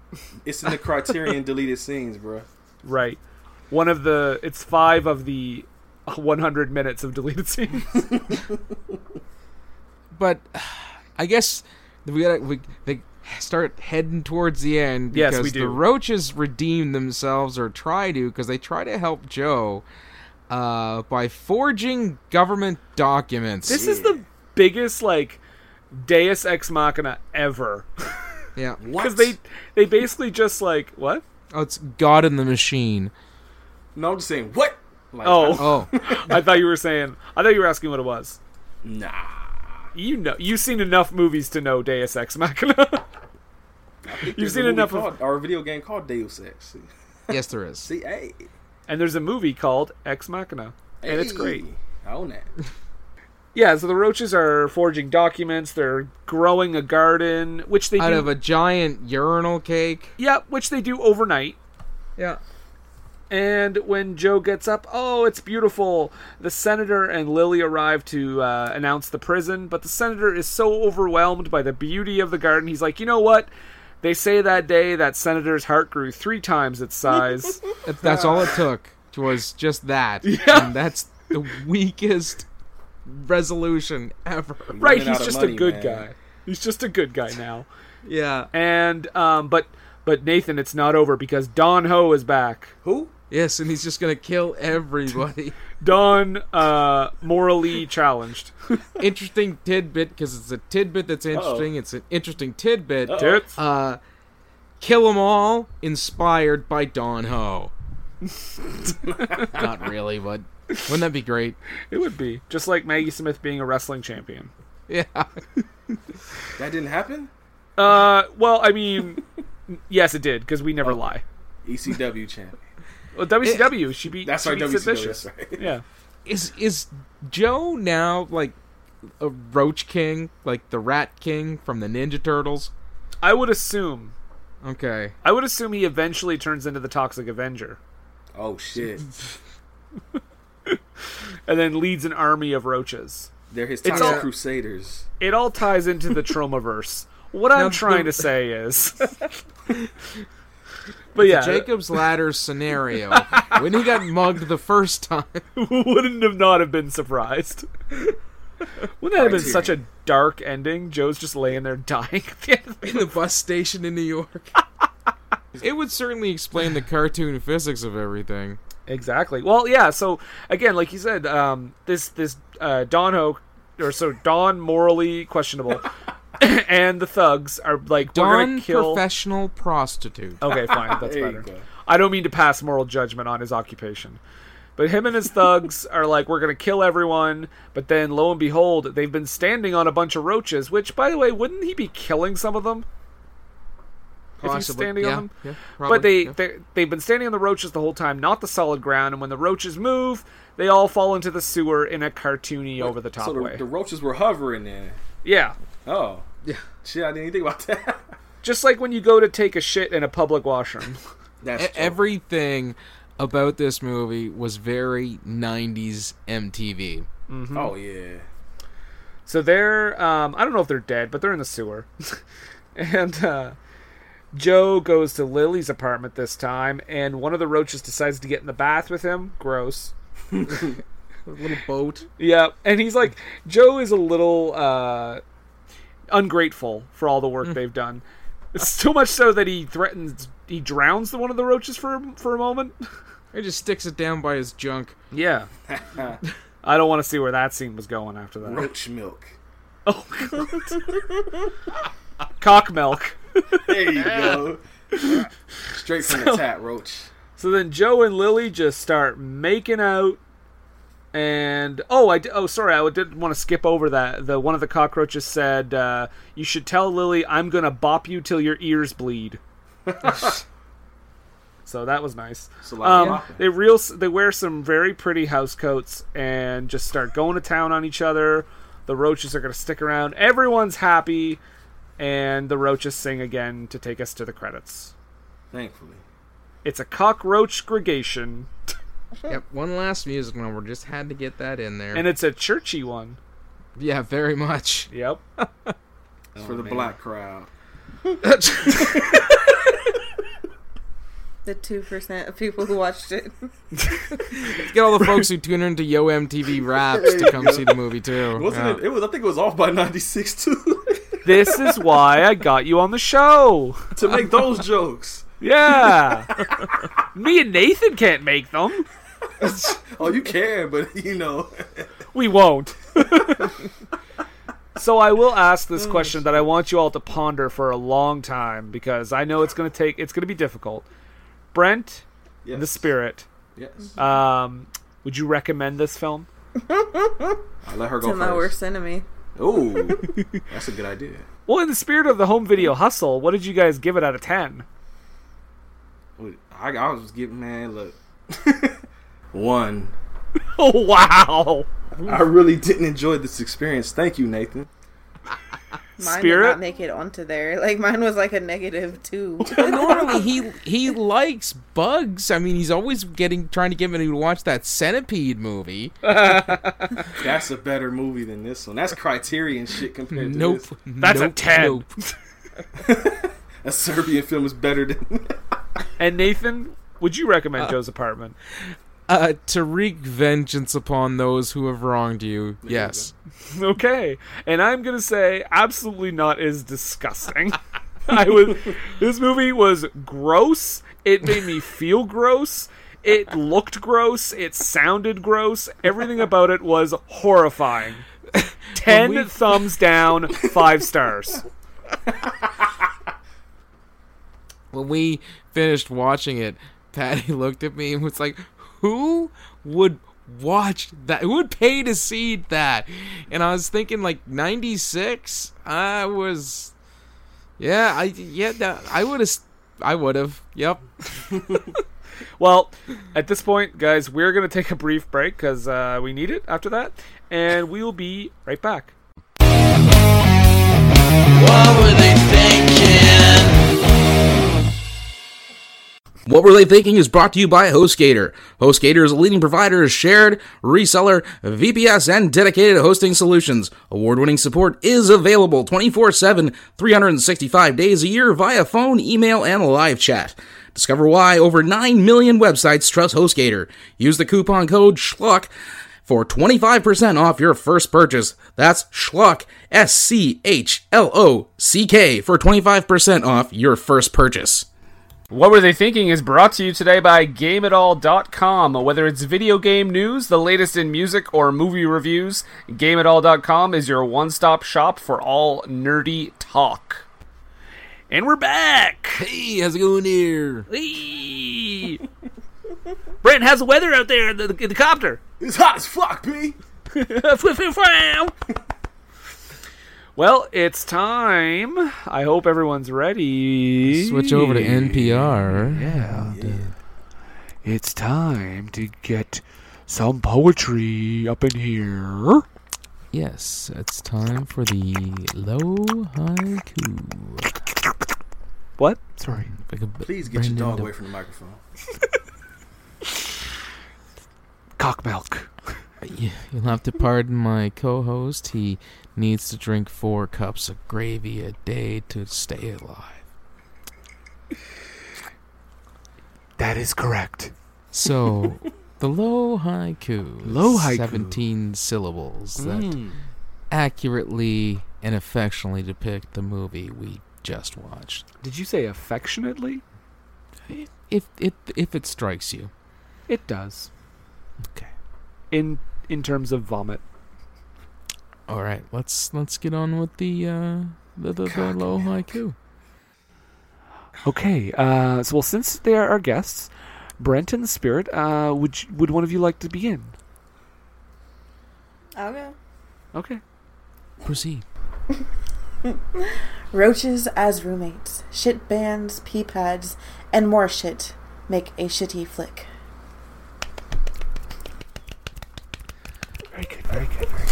It's in the Criterion deleted scenes, bro. Right. One of the it's five of the 100 minutes of deleted scenes. but I guess we gotta we they start heading towards the end Yes, because we do. the roaches redeem themselves or try to because they try to help Joe uh, by forging government documents. this is the biggest like Deus ex machina ever yeah, because they they basically just like what? oh, it's God in the machine. No, I'm just saying what. Like, Oh, Oh, I thought you were saying. I thought you were asking what it was. nah. You know, you've seen enough movies to know Deus ex machina. You've There's a seen movie enough of called, or a video game called Deus Ex. See, yes, there is. see hey, and there's a movie called Ex Machina, and it's Hey, great. I own that. Yeah, so the roaches are forging documents. They're growing a garden, which they Out do. of a giant urinal cake. yeah, which they do overnight. Yeah. And when Joe gets up, oh, it's beautiful. The senator and Lily arrive to uh, announce the prison, but the senator is so overwhelmed by the beauty of the garden, he's like, you know what? They say that day that senator's heart grew three times its size. That- That's all it took was just that. And that's the weakest resolution ever. right, Running out he's of just money, a good man. guy. He's just a good guy now. Yeah. And um, but but Nathan, it's not over because Don Ho is back. Who? Yes, and he's just gonna kill everybody. Don uh, morally challenged. interesting tidbit because it's a tidbit that's interesting. It's an interesting tidbit. Tits. Uh, Kill 'em all, inspired by Don Ho. Not really, but wouldn't that be great? It would be just like Maggie Smith being a wrestling champion. Yeah. That didn't happen. Uh, well, I mean, yes, it did because we never lie. ECW E champ. Well, WCW, she beat. That's she right. beat WCW. Sid Vicious. That's right. Yeah. Is is Joe now like a Roach King, like the Rat King from the Ninja Turtles? I would assume. Okay. I would assume he eventually turns into the Toxic Avenger Oh shit. and then leads an army of roaches. They're his It's toxic all- crusaders. It all ties into the Tromaverse. What I'm trying to say is, but yeah, Jacob's Ladder scenario when he got mugged the first time. wouldn't have not have been surprised. Wouldn't that have been Criterion. such a dark ending? Joe's just laying there dying. at the end of the- in the bus station in New York. it would certainly explain the cartoon physics of everything. exactly. Well, yeah. So again, like you said, um, this this uh, Don Ho or so Don morally questionable, and the thugs are like we're Don gonna kill. professional prostitute. Okay, fine. That's There you better. go. I don't mean to pass moral judgment on his occupation. But him and his thugs are like, we're going to kill everyone. But then, lo and behold, they've been standing on a bunch of roaches, which, by the way, wouldn't he be killing some of them? If he's Possibly, standing on yeah, them? yeah, probably, but they, yeah. they, they've been standing on the roaches the whole time, not the solid ground. And when the roaches move, they all fall into the sewer in a cartoony, over the top So the, way. the roaches were hovering then. yeah. Oh. Yeah. Shit, I didn't even think about that. Just like when you go to take a shit in a public washroom. That's E- true. Everything about this movie was very 90s MTV. Oh yeah. So they're um, I don't know if they're dead, but they're in the sewer. and uh, Joe goes to Lily's apartment this time, and one of the roaches decides to get in the bath with him. Gross. Little boat. Yeah, and he's like, Joe is a little uh, ungrateful for all the Mm. work they've done. It's so much so that he threatens he drowns the one of the roaches for a- for a moment. He just sticks it down by his junk. Yeah. I don't want to see where that scene was going after that. Roach milk. Oh, God. Cock milk. There you go. Straight from the tap, Roach. So then Joe and Lily just start making out, and oh, I di- oh sorry, I didn't want to skip over that. The one of the cockroaches said, uh, "You should tell Lily I'm gonna bop you till your ears bleed." so that was nice. It's a lot of Um, bopping. they real they wear some very pretty house coats and just start going to town on each other. The roaches are gonna stick around. Everyone's happy, and the roaches sing again to take us to the credits. Thankfully. It's a cockroach gregation. Yep, one last music number. Just had to get that in there. and it's a churchy one. yeah, very much. Yep. It's for the black crowd. The two percent of people who watched it. Get all the folks who tune into Yo MTV Raps to come see the movie too. Wasn't Yeah. it? It was. I think it was off by '96 too. This is why I got you on the show. to make those jokes. Yeah. Me and Nathan can't make them. Oh, you can, but you know. We won't. so I will ask this question that I want you all to ponder for a long time because I know it's going to take it's going to be difficult. Brent, Yes. the spirit. Yes. Um, would you recommend this film? I let her go to my first. worst enemy. Ooh, that's a good idea. Well, in the spirit of the home video hustle, what did you guys give it out of 10? Wait, I, I was giving man look. One, Oh, wow. I really didn't enjoy this experience. Thank you, Nathan. Mine Spirit? did not make it onto there. Like mine was like a negative two. normally he he likes bugs. I mean, he's always getting trying to get me to watch that centipede movie. That's a better movie than this one. That's Criterion shit compared to Nope. this. That's a Nope. 10. Nope. A Serbian film is better than. And Nathan, would you recommend Joe's apartment? Uh, to wreak vengeance upon those who have wronged you. yes. Okay. And I'm going to say absolutely not is disgusting. I was this movie was gross. It made me feel gross. It looked gross. It sounded gross. Everything about it was horrifying. 10 we- thumbs down, 5 stars. When we finished watching it, Patty looked at me and was like, "Who would watch that? Who would pay to see that?" And I was thinking like '96. I was, yeah, I yeah, that, I would have, I would have. Yep. Well, at this point, guys, we're going to take a brief break because uh, we need it after that, and we will be right back. What were they thinking? What Were They Thinking is brought to you by HostGator. HostGator is a leading provider of shared, reseller, VPS, and dedicated hosting solutions. Award winning support is available 24 7, 365 days a year via phone, email, and live chat. Discover why over 9 million websites trust HostGator. Use the coupon code SCHLUCK for 25% off your first purchase. That's Schluck, S C H L O C K, for 25% off your first purchase. What Were They Thinking is brought to you today by GameItAll.com. Whether it's video game news, the latest in music, or movie reviews, GameItAll.com is your one stop shop for all nerdy talk. And we're back! Hey, how's it going here? Hey. Brent, how's the weather out there in the, in the copter? It's hot as fuck, P. well, it's time. I hope everyone's ready. Switch over to NPR. Yeah. It's time to get some poetry up in here. Yes, it's time for the low haiku. What? Sorry. If I could b- Please get bring your it dog to- away from the microphone. Cock milk. You- You'll have to pardon my co-host. He needs to drink four cups of gravy a day to stay alive. That is correct. So, the low haiku. is Low haiku. Hmm. Seventeen syllables that accurately and affectionately depict the movie we just watched. Did you say affectionately? If if if it strikes you, It does. okay. In in terms of vomit. All right, let's let's get on with the uh, the, the, the Cock low milk. haiku. Okay. Uh, so well, since they are our guests, Brent and Spirit, uh, would you, would one of you like to begin? I'll go. Okay. Proceed. Roaches as roommates, shit bands, pee pads, and more shit make a shitty flick. Very good. Very good. Very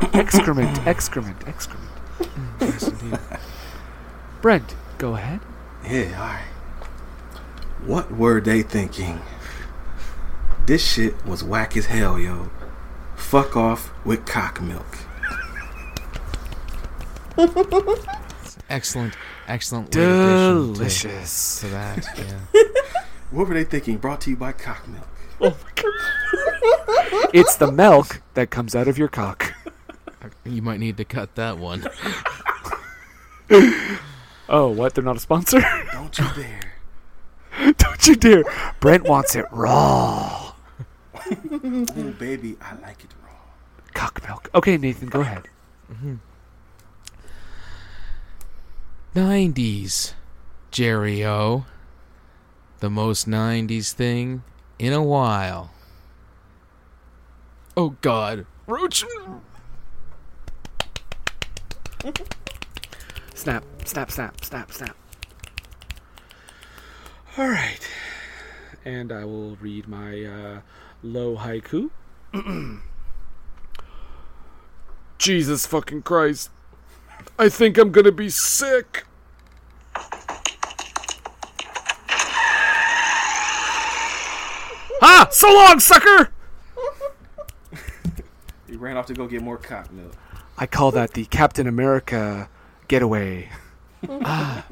good. excrement. Excrement. Excrement. Mm, Brent, go ahead. Yeah, alright. What were they thinking? This shit was whack as hell, yo. Fuck off with cock milk. Excellent, excellent. late addition to- Delicious. to that. Yeah. What were they thinking? Brought to you by cock milk. It's the milk that comes out of your cock. You might need to cut that one. Oh, what? They're not a sponsor? Don't you dare. Don't you dare. Brent wants it raw. Ooh, Oh, baby, I like it raw. Cock milk. Okay, Nathan, go ahead. 90s, Jerry O. The most 90s thing in a while. Oh god. Roach. Snap, snap, snap, snap, snap. All right. And I will read my uh, low haiku. Jesus fucking Christ. I think I'm gonna be sick. Ah! So long, sucker! He ran off to go get more cock milk. I call that the Captain America getaway.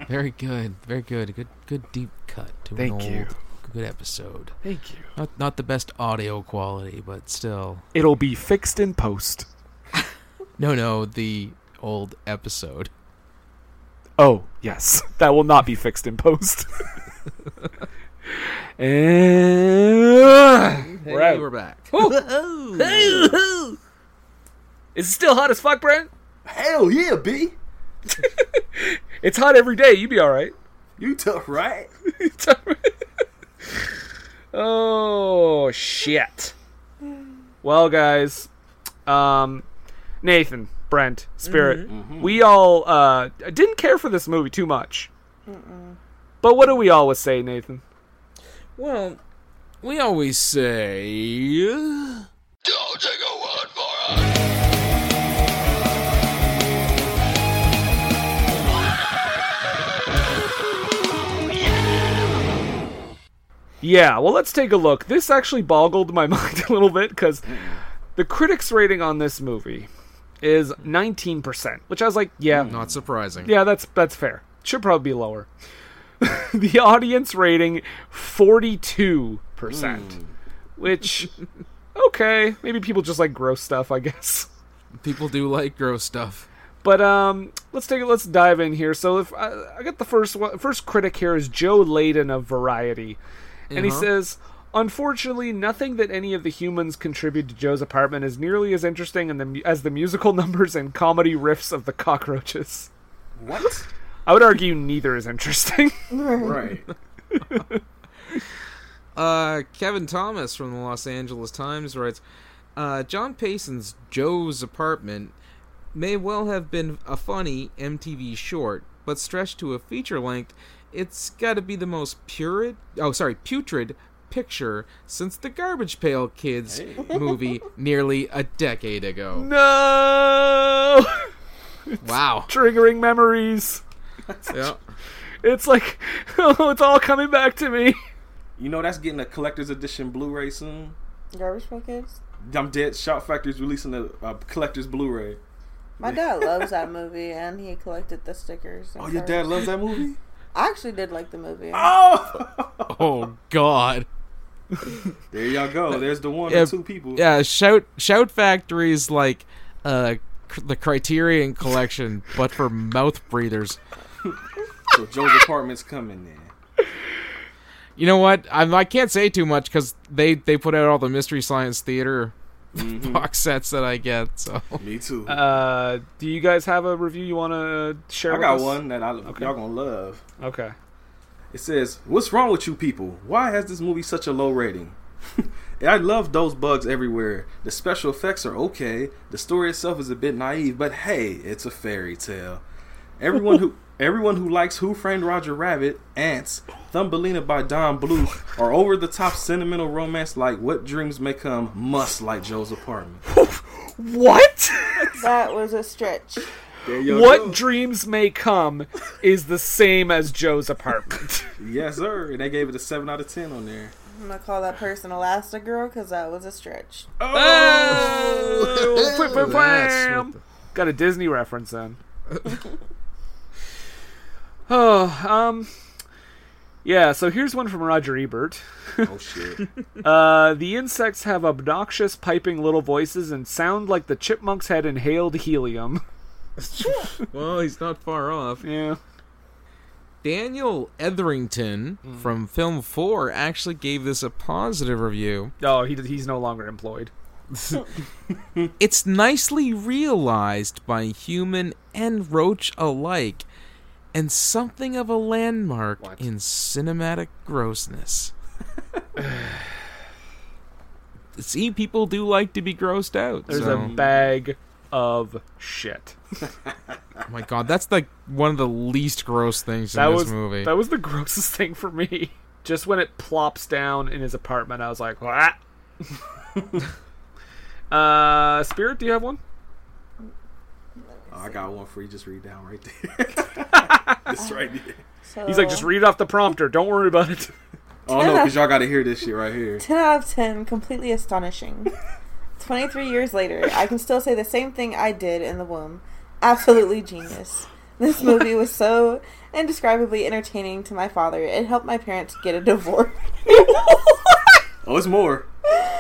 Very good. Very good. Good good deep cut to Thank an you. old good episode. Thank you. Not not the best audio quality, but still. It'll be fixed in post. No, no, the old episode. Oh, yes. That will not be fixed in post. and we're Hey, out. we're back. Is it still hot as fuck, Brent? Hell yeah, B! It's hot every day. You be all right. You tough, right? Oh shit. Well, guys, um, Nathan, Brent, Spirit, we all uh, didn't care for this movie too much. But what do we always say, Nathan? Well, we always say. Yeah, well, let's take a look. This actually boggled my mind a little bit because the critics' rating on this movie is 19%, which I was like, yeah, Hmm, Not surprising. yeah, that's that's fair. Should probably be lower. the audience rating 42%, Hmm. which okay, maybe people just like gross stuff, I guess. People do like gross stuff. But um, let's take it. Let's dive in here. So if I, I got the first one, first critic here is Joe Layden of Variety, and he Uh-huh. says, unfortunately, nothing that any of the humans contribute to Joe's apartment is nearly as interesting in the, mu- as the musical numbers and comedy riffs of the cockroaches. What? I would argue neither is interesting. right. Uh, Kevin Thomas from the Los Angeles Times writes uh, John Payson's Joe's Apartment may well have been a funny MTV short, but stretched to a feature length, it's got to be the most purid, oh, sorry, putrid picture since the Garbage Pail Kids movie nearly a decade ago. no, Wow. triggering memories. Yeah. It's like, oh, it's all coming back to me. You know that's getting a collector's edition Blu-ray soon. Garbage Pail Kids. I'm dead. Shout Factory's releasing a, a collector's Blu-ray. My dad loves that movie, and he collected the stickers. and Oh, your cards. dad loves that movie. I actually did like the movie. Oh, Oh, God. there y'all go. There's the one Yeah, or two people. Yeah, shout shout factories like uh cr- the Criterion collection, but for mouth breathers. So Joe's apartment's coming then. You know what? I'm, I can't say too much because they they put out all the Mystery Science Theater box sets that I get. So Me too. Mm-hmm. Uh, do you guys have a review you want to share? I with got us? one that I, y'all gonna love. Okay. It says, "What's wrong with you people? Why has this movie such a low rating?" I love those bugs everywhere. The special effects are okay. The story itself is a bit naive, but hey, it's a fairy tale. Everyone who everyone who likes Who Framed Roger Rabbit, Ants, Thumbelina by Don Bluth, or over the top sentimental romance like What Dreams May Come must like Joe's apartment. What? That was a stretch. There you what go. dreams may come is the same as Joe's apartment. yes, sir. And they gave it a seven out of ten on there. I'm gonna call that person Elastigirl because that was a stretch. Oh! Wham, wham, That's wham. Got a Disney reference then. oh, um, yeah. So here's one from Roger Ebert. Oh shit. Uh, the insects have obnoxious, piping little voices and sound like the chipmunks had inhaled helium. well, he's not far off. Yeah. Daniel Etherington from Film Four actually gave this a positive review. Oh, he he's no longer employed. It's nicely realized by human and roach alike, and something of a landmark in cinematic grossness. See, people do like to be grossed out. There's so- a bag of shit. oh my god, that's like one of the least gross things that in this was movie. that was the grossest thing for me. Just when it plops down in his apartment, I was like, "What?" uh, Spirit, do you have one? Oh, I got one for you. Just read down right there. this right there. So, He's like, "Just read it off the prompter. Don't worry about it." Oh no, because y'all got to hear this shit right here. 10 out of 10, completely astonishing. 23 years later, I can still say the same thing I did in the womb. Absolutely genius. This movie was so indescribably entertaining to my father, it helped my parents get a divorce. Oh, it's more.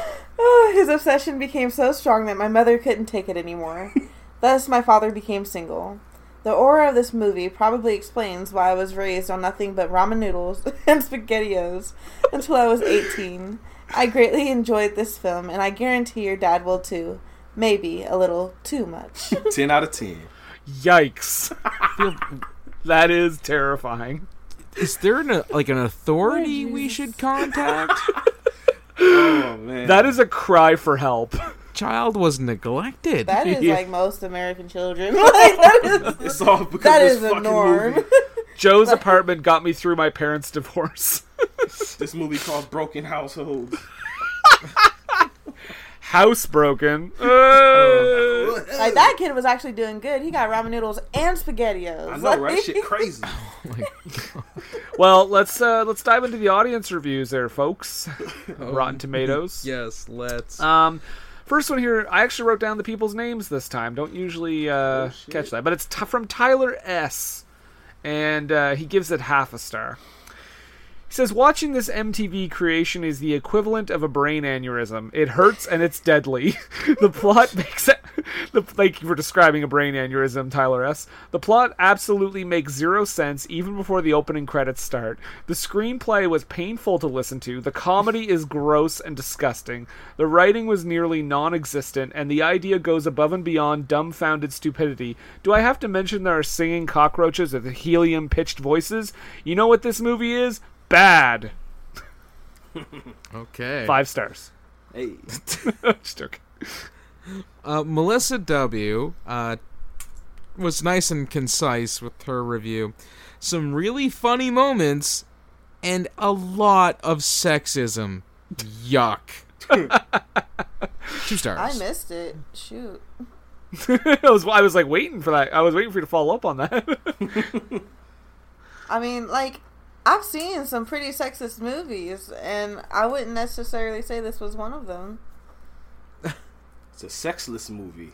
His obsession became so strong that my mother couldn't take it anymore. Thus, my father became single. The aura of this movie probably explains why I was raised on nothing but ramen noodles and spaghettios until I was 18. I greatly enjoyed this film, and I guarantee your dad will too. Maybe a little too much. Ten out of ten. Yikes! that is terrifying. Is there an, like an authority we should contact? Oh man, That is a cry for help. Child was neglected. That is like most American children. Like, that is, it's all because that this is the fucking norm. movie. Joe's apartment got me through my parents' divorce. This movie called Broken Households. Housebroken. like that kid was actually doing good. He got ramen noodles and spaghettios. I know, right? Like, Shit, crazy. well, let's uh, let's dive into the audience reviews there, folks. Rotten Tomatoes. Yes, let's. Uh, Um, first one here. I actually wrote down the people's names this time. Don't usually uh, catch that, but it's t- from Tyler S. And uh, he gives it half a star. He says, "Watching this MTV creation is the equivalent of a brain aneurysm. It hurts and it's deadly. the plot makes it, the, like you were describing a brain aneurysm, Tyler S. The plot absolutely makes zero sense even before the opening credits start. The screenplay was painful to listen to. The comedy is gross and disgusting. The writing was nearly non-existent, and the idea goes above and beyond dumbfounded stupidity. Do I have to mention there are singing cockroaches with helium-pitched voices? You know what this movie is." bad. Okay. Five stars. hey, Just joking. Uh, Melissa W. Uh, was nice and concise with her review. Some really funny moments and a lot of sexism. Yuck. Two stars. I missed it. Shoot. I was I was like waiting for that. I was waiting for you to follow up on that. I mean, like, I've seen some pretty sexist movies, and I wouldn't necessarily say this was one of them. it's a sexless movie.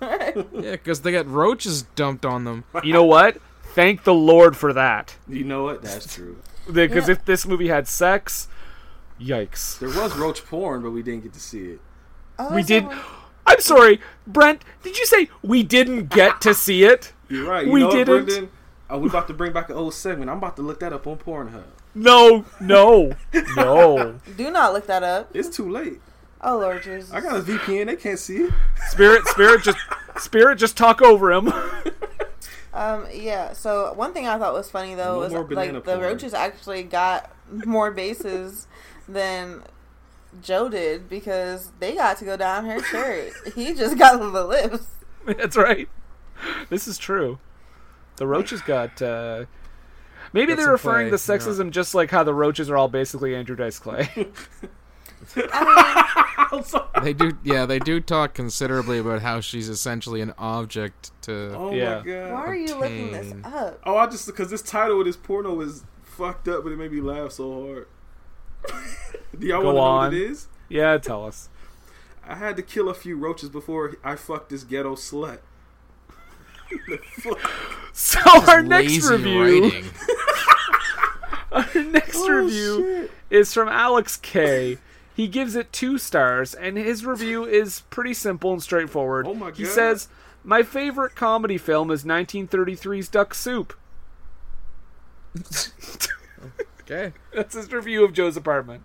Yeah, because they got roaches dumped on them. you know what? Thank the Lord for that. You know what? That's true. Because if this movie had sex, yikes. There was roach porn, but we didn't get to see it. Oh, We is that did. one- I'm sorry, Brent. Did you say we didn't get to see it? You're right. You We know what, didn't. Brendan? Are we about to bring back an old segment? I'm about to look that up on Pornhub. No, no, no. Do not look that up. It's too late. Oh Lord Jesus! I got a VPN. They can't see it. Spirit, spirit, just spirit, just talk over him. Um, yeah. So one thing I thought was funny though No was more banana like the porn. roaches actually got more bases than Joe did because they got to go down her shirt. he just got the lips. That's right. This is true. The roaches got. Uh, maybe Got they're some referring to play, sexism just like how the roaches are all basically Andrew Dice Clay. They do, yeah, they do talk considerably about how she's essentially an object to. Oh Yeah. my god. Why are you looking this Obtain. up? Oh, I just because this title of this porno is fucked up, but it made me laugh so hard. Do y'all Go want to know on. what it is? yeah, tell us. I had to kill a few roaches before I fucked this ghetto slut. So our next Lazy review, writing. Oh, our next review is from Alex K. He gives it two stars, and his review is pretty simple and straightforward. Oh my He God. says, "My favorite comedy film is 1933's Duck Soup." Okay. That's his review of Joe's apartment.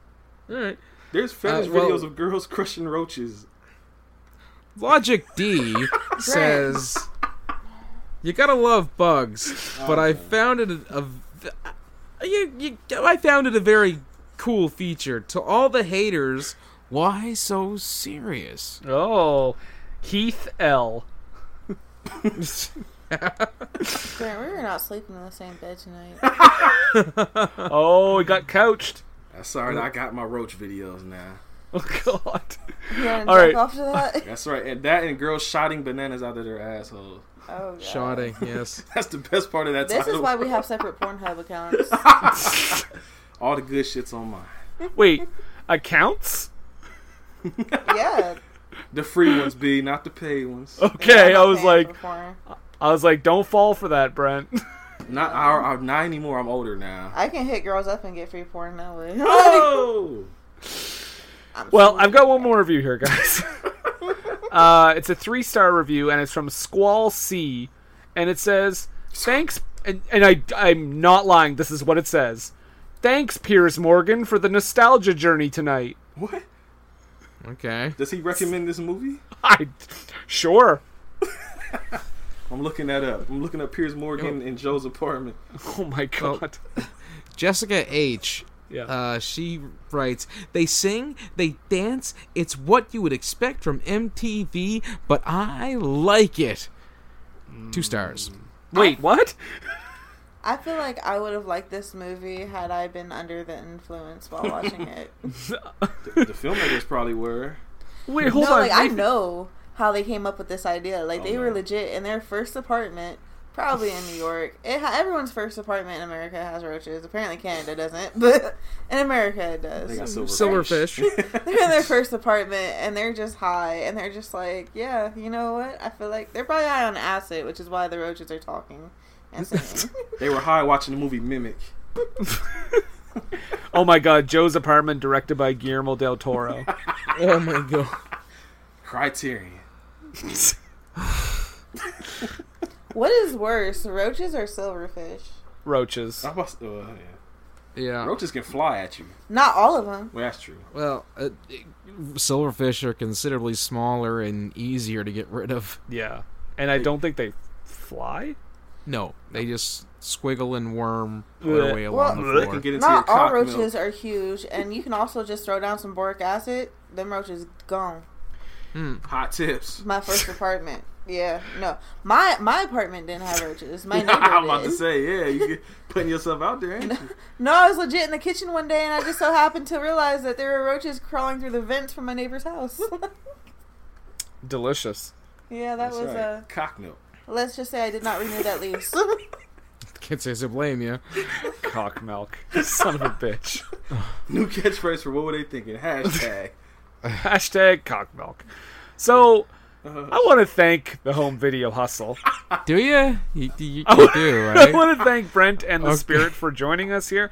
All right. There's fetish Uh, well- videos of girls crushing roaches. Logic D says, "You gotta love bugs," Oh, but I found it a, v- I- you, you, I found it a very cool feature. To all the haters, why so serious? Oh, Keith L. Grant, we were not sleeping in the same bed tonight. Oh, he got couched. That's all right. Uh, I got my roach videos now. Oh God. You want to All jerk right. off to that? That's right. And that and girls shotting bananas out of their asshole. Oh God. Shoddy, yes. That's the best part of that This title. is why we have separate Pornhub accounts. All the good shit's on mine. Wait, accounts? yeah. The free ones, B, not the paid ones. Okay, I I'm was paying like, for porn. I was like, don't fall for that, Brent. Not our, our not anymore. I'm older now. I can hit girls up and get free porn that way. Oh, well, I've got one more review here, guys. uh, it's a three-star review, and it's from Squall C, and it says, "Thanks," and, and I, I'm not lying. This is what it says. Thanks, Piers Morgan, for the nostalgia journey tonight. what? Okay. Does he recommend this movie? I, sure. I'm looking that up. I'm looking up Piers Morgan in Joe's apartment. Oh my god. Jessica H. Yeah. Uh, she writes, they sing, they dance. It's what you would expect from MTV, but I like it. Two stars. Wait, what? I feel like I would have liked this movie had I been under the influence while watching it. The filmmakers probably were. Wait, hold no, on. like I wait. know how they came up with this idea. Like Oh, they were legit in their first apartment, probably in New York. It ha- everyone's first apartment in America has roaches. Apparently Canada doesn't, but in America it They does. got silver. Silverfish. They're in their first apartment and they're just high and they're just like, yeah, you know what? I feel like they're probably high on acid, which is why the roaches are talking and singing. They were high watching the movie Mimic. Oh my god, Joe's apartment directed by Guillermo del Toro. oh my god. Criterion. what is worse, roaches or silverfish? Roaches. I must, oh, yeah. Yeah. Roaches can fly at you. Not all of them. Well, that's true. Well, uh, silverfish are considerably smaller and easier to get rid of. Yeah. And I don't think they fly? No, they just squiggle and worm their Blech. way along Well, the They can floor. get into your Not all cock roaches milk. are huge, and you can also just throw down some boric acid. Them roaches gone. Hot tips. My first apartment. Yeah, no, my my apartment didn't have roaches. My neighbor I'm about did. to say, yeah, you get putting yourself out there, ain't you? No, I was legit in the kitchen one day, and I just so happened to realize that there were roaches crawling through the vents from my neighbor's house. Delicious. yeah, that was Sorry. uh cock milk. Let's just say I did not renew that lease. Can't say I blame you. Cock milk. Son of a bitch. New catchphrase for what were they thinking? Hashtag. Hashtag cock milk. So I want to thank the home video hustle. Do you? You, you, you do, I right? want to thank Brent and the Okay. Spirit for joining us here,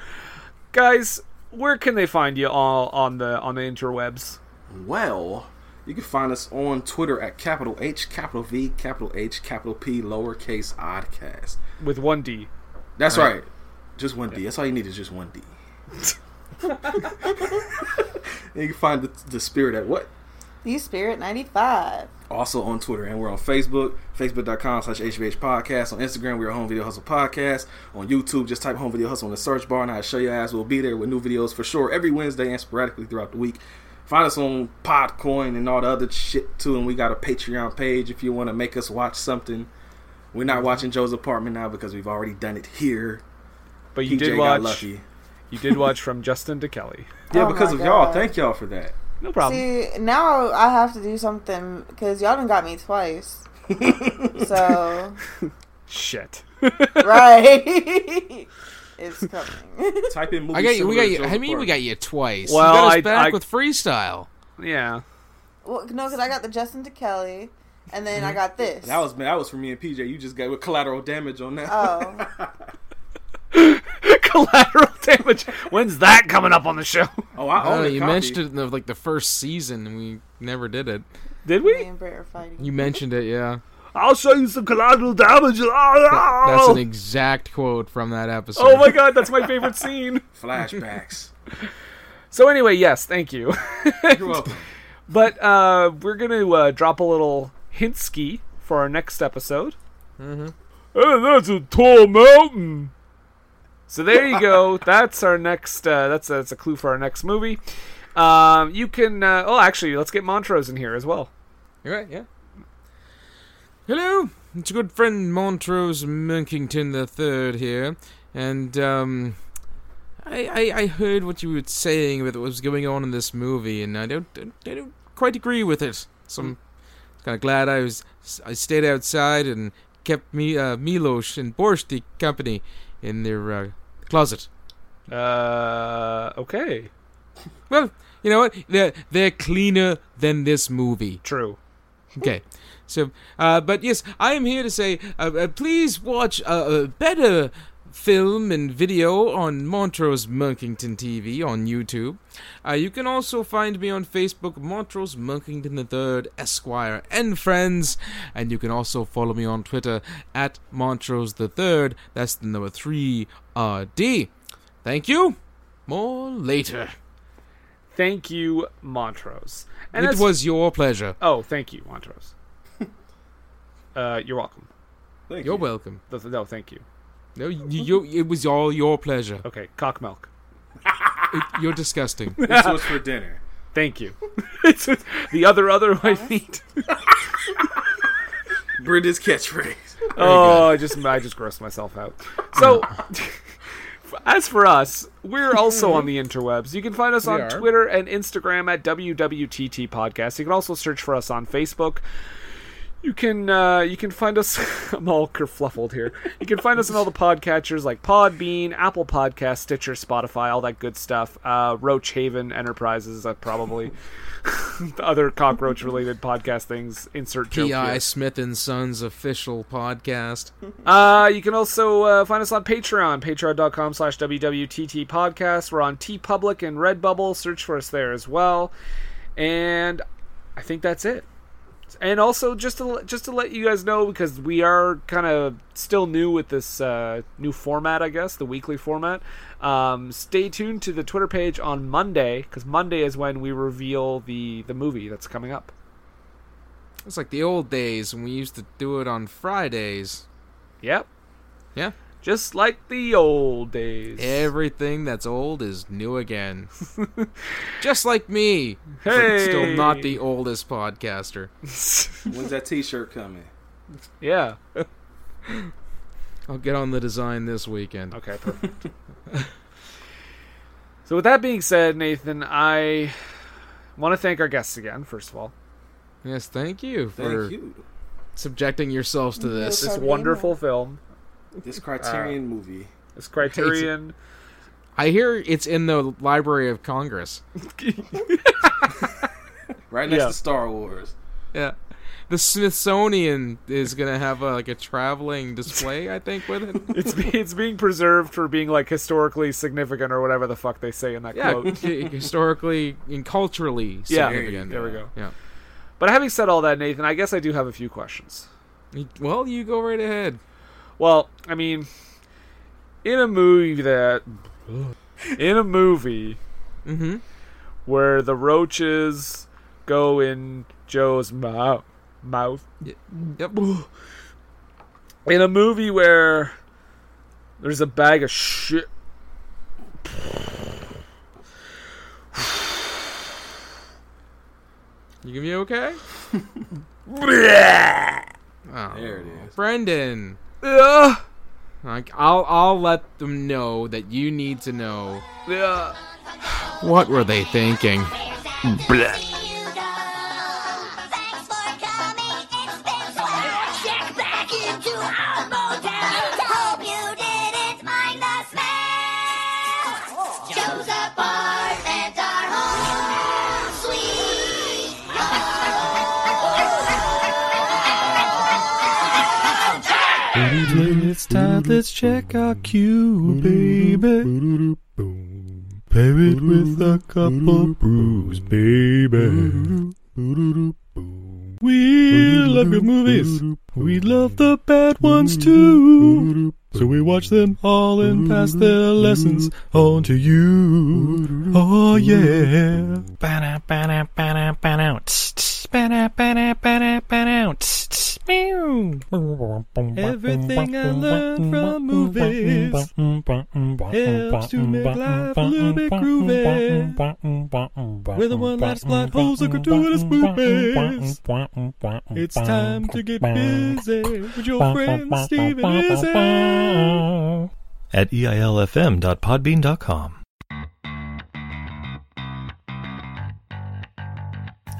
guys. Where can they find you all on the on the interwebs? well, you can find us on Twitter at capital H, capital V, capital H, capital P, lowercase oddcast. With one D. That's right. Just one D. That's all you need is just one D. and you can find the, the spirit at what? the Spirit ninety five. also on Twitter, and we're on Facebook, facebook.com slash HVH Podcast. On Instagram, we're Home Video Hustle Podcast. On YouTube, just type Home Video Hustle in the search bar, and I'll show you guys. We'll be there with new videos for sure every Wednesday and sporadically throughout the week. Find us on Podcoin and all the other shit too, and we got a Patreon page if you want to make us watch something. We're not watching Joe's apartment now because we've already done it here. But you PJ did watch. got lucky. You did watch from Justin to Kelly. Yeah, Oh because my of y'all. God. Thank y'all for that. No problem. See, now I have to do something because y'all done got me twice. so Shit. right, it's coming. Type in movies. I got you. We got similar you. to Joe's I mean, we apartment. got you twice. Well, you got I- us back I- with freestyle. Yeah. Well, no, because I got the Justin to Kelly, and then I got this. Mm-hmm. That was that was for me and PJ. You just got collateral damage on that. oh, Collateral damage. When's that coming up on the show? Oh, I own Oh, a you copy. mentioned it in the, like the first season, and we never did it. Did me we? and Brett are fighting. You mentioned it, yeah. I'll show you some collateral damage. That's an exact quote from that episode. oh my god, that's my favorite scene. Flashbacks. So anyway, yes, thank you. You're welcome. But uh, we're gonna uh, drop a little hint ski for our next episode. Mm-hmm. Hey, that's a tall mountain. So there you go. that's our next. Uh, that's that's a clue for our next movie. Um, you can. Uh, oh, actually, let's get Montrose in here as well. You're right, yeah. Hello, it's your good friend Montrose Munkington the Third here, and um, I, I I heard what you were saying about what was going on in this movie, and I don't I don't quite agree with it. So I'm kind of glad I was I stayed outside and kept me uh, Milos and Borsti company in their uh, closet. Uh, okay. Well, you know what? They're they're cleaner than this movie. True. Okay. So, uh, but yes, I am here to say, uh, uh, please watch a, a better film and video on Montrose Munkington TV on YouTube. Uh, you can also find me on Facebook, Montrose Munkington III Esquire and Friends, and you can also follow me on Twitter at Montrose III. That's the number three R D. Thank you. More later. Thank you, Montrose. it as- was your pleasure. Oh, thank you, Montrose. uh, you're welcome. Thank You're you. welcome. Th- No, thank you. No, you, you, it was all your pleasure. Okay, cock milk. You're disgusting. This was for dinner. Thank you. it's it's the other other I need. Brenda's catchphrase. Oh, I just I just grossed myself out. So, as for us, we're also on the interwebs. You can find us on are. Twitter and Instagram at WWTT Podcast. You can also search for us on Facebook. You can uh, you can find us. I'm all kerfluffled here. You can find us in all the podcatchers like Podbean, Apple Podcast, Stitcher, Spotify, all that good stuff. Uh, Roach Haven Enterprises, uh, probably other cockroach related podcast things. Insert joke here. P.I. Smith and Sons official podcast. Uh, you can also uh, find us on Patreon, patreon.com slash WWTT podcast. We're on TeePublic and Redbubble. Search for us there as well. And I think that's it. And also, just to just to let you guys know, because we are kind of still new with this uh, new format, I guess the weekly format. Um, stay tuned to the Twitter page on Monday, because Monday is when we reveal the the movie that's coming up. It's like the old days when we used to do it on Fridays. Yep, Yeah. just like the old days. Everything that's old is new again. Just like me. But hey, still not the oldest podcaster. When's that T-shirt coming? yeah. I'll get on the design this weekend. Okay, perfect. so, with that being said, Nathan, I want to thank our guests again, first of all. Yes, thank you Thank for you. subjecting yourselves to this. This wonderful film, This Criterion movie. this Criterion. I hear it's in the Library of Congress. Right next Yeah. to Star Wars. Yeah. The Smithsonian is gonna have a, like a traveling display, I think, with it. It's be, it's being preserved for being like historically significant or whatever the fuck they say in that Yeah, quote. h- historically and culturally Yeah, significant. there we go. Yeah. But having said all that, Nathan, I guess I do have a few questions. Well, you go right ahead. Well, I mean, in a movie that, in a movie where the roaches go in Joe's mouth, mouth, Yep. in a movie where there's a bag of shit. You gonna be okay? Oh, There it is. Brendan. Ugh. Like I'll I'll let them know that you need to know Ugh. what were they thinking. Thanks for coming. It's been swell. Check back into our motel. Hope you didn't mind the smell. Joe's apartment, our home, sweet It's time, let's check our cue, baby. Pair it with a couple brews, baby. We love good movies. We love the bad ones too. So we watch them all and pass their lessons on to you. Oh yeah. Banana, banana, banana, banana. Banana, banana, banana, banana. Everything I learned from movies helps to make life a little bit groovy. With a one-liner, plot holes, and gratuitous movies. It's time to get busy with your friend Steven Izzy. Izzy. At E eilfm.podbean.com.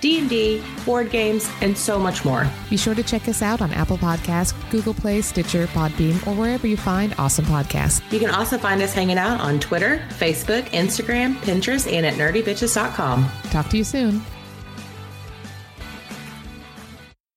D&D, board games, and so much more. Be sure to check us out on Apple Podcasts, Google Play, Stitcher, Podbean, or wherever you find awesome podcasts. You can also find us hanging out on Twitter, Facebook, Instagram, Pinterest, and at nerdybitches.com. Talk to you soon.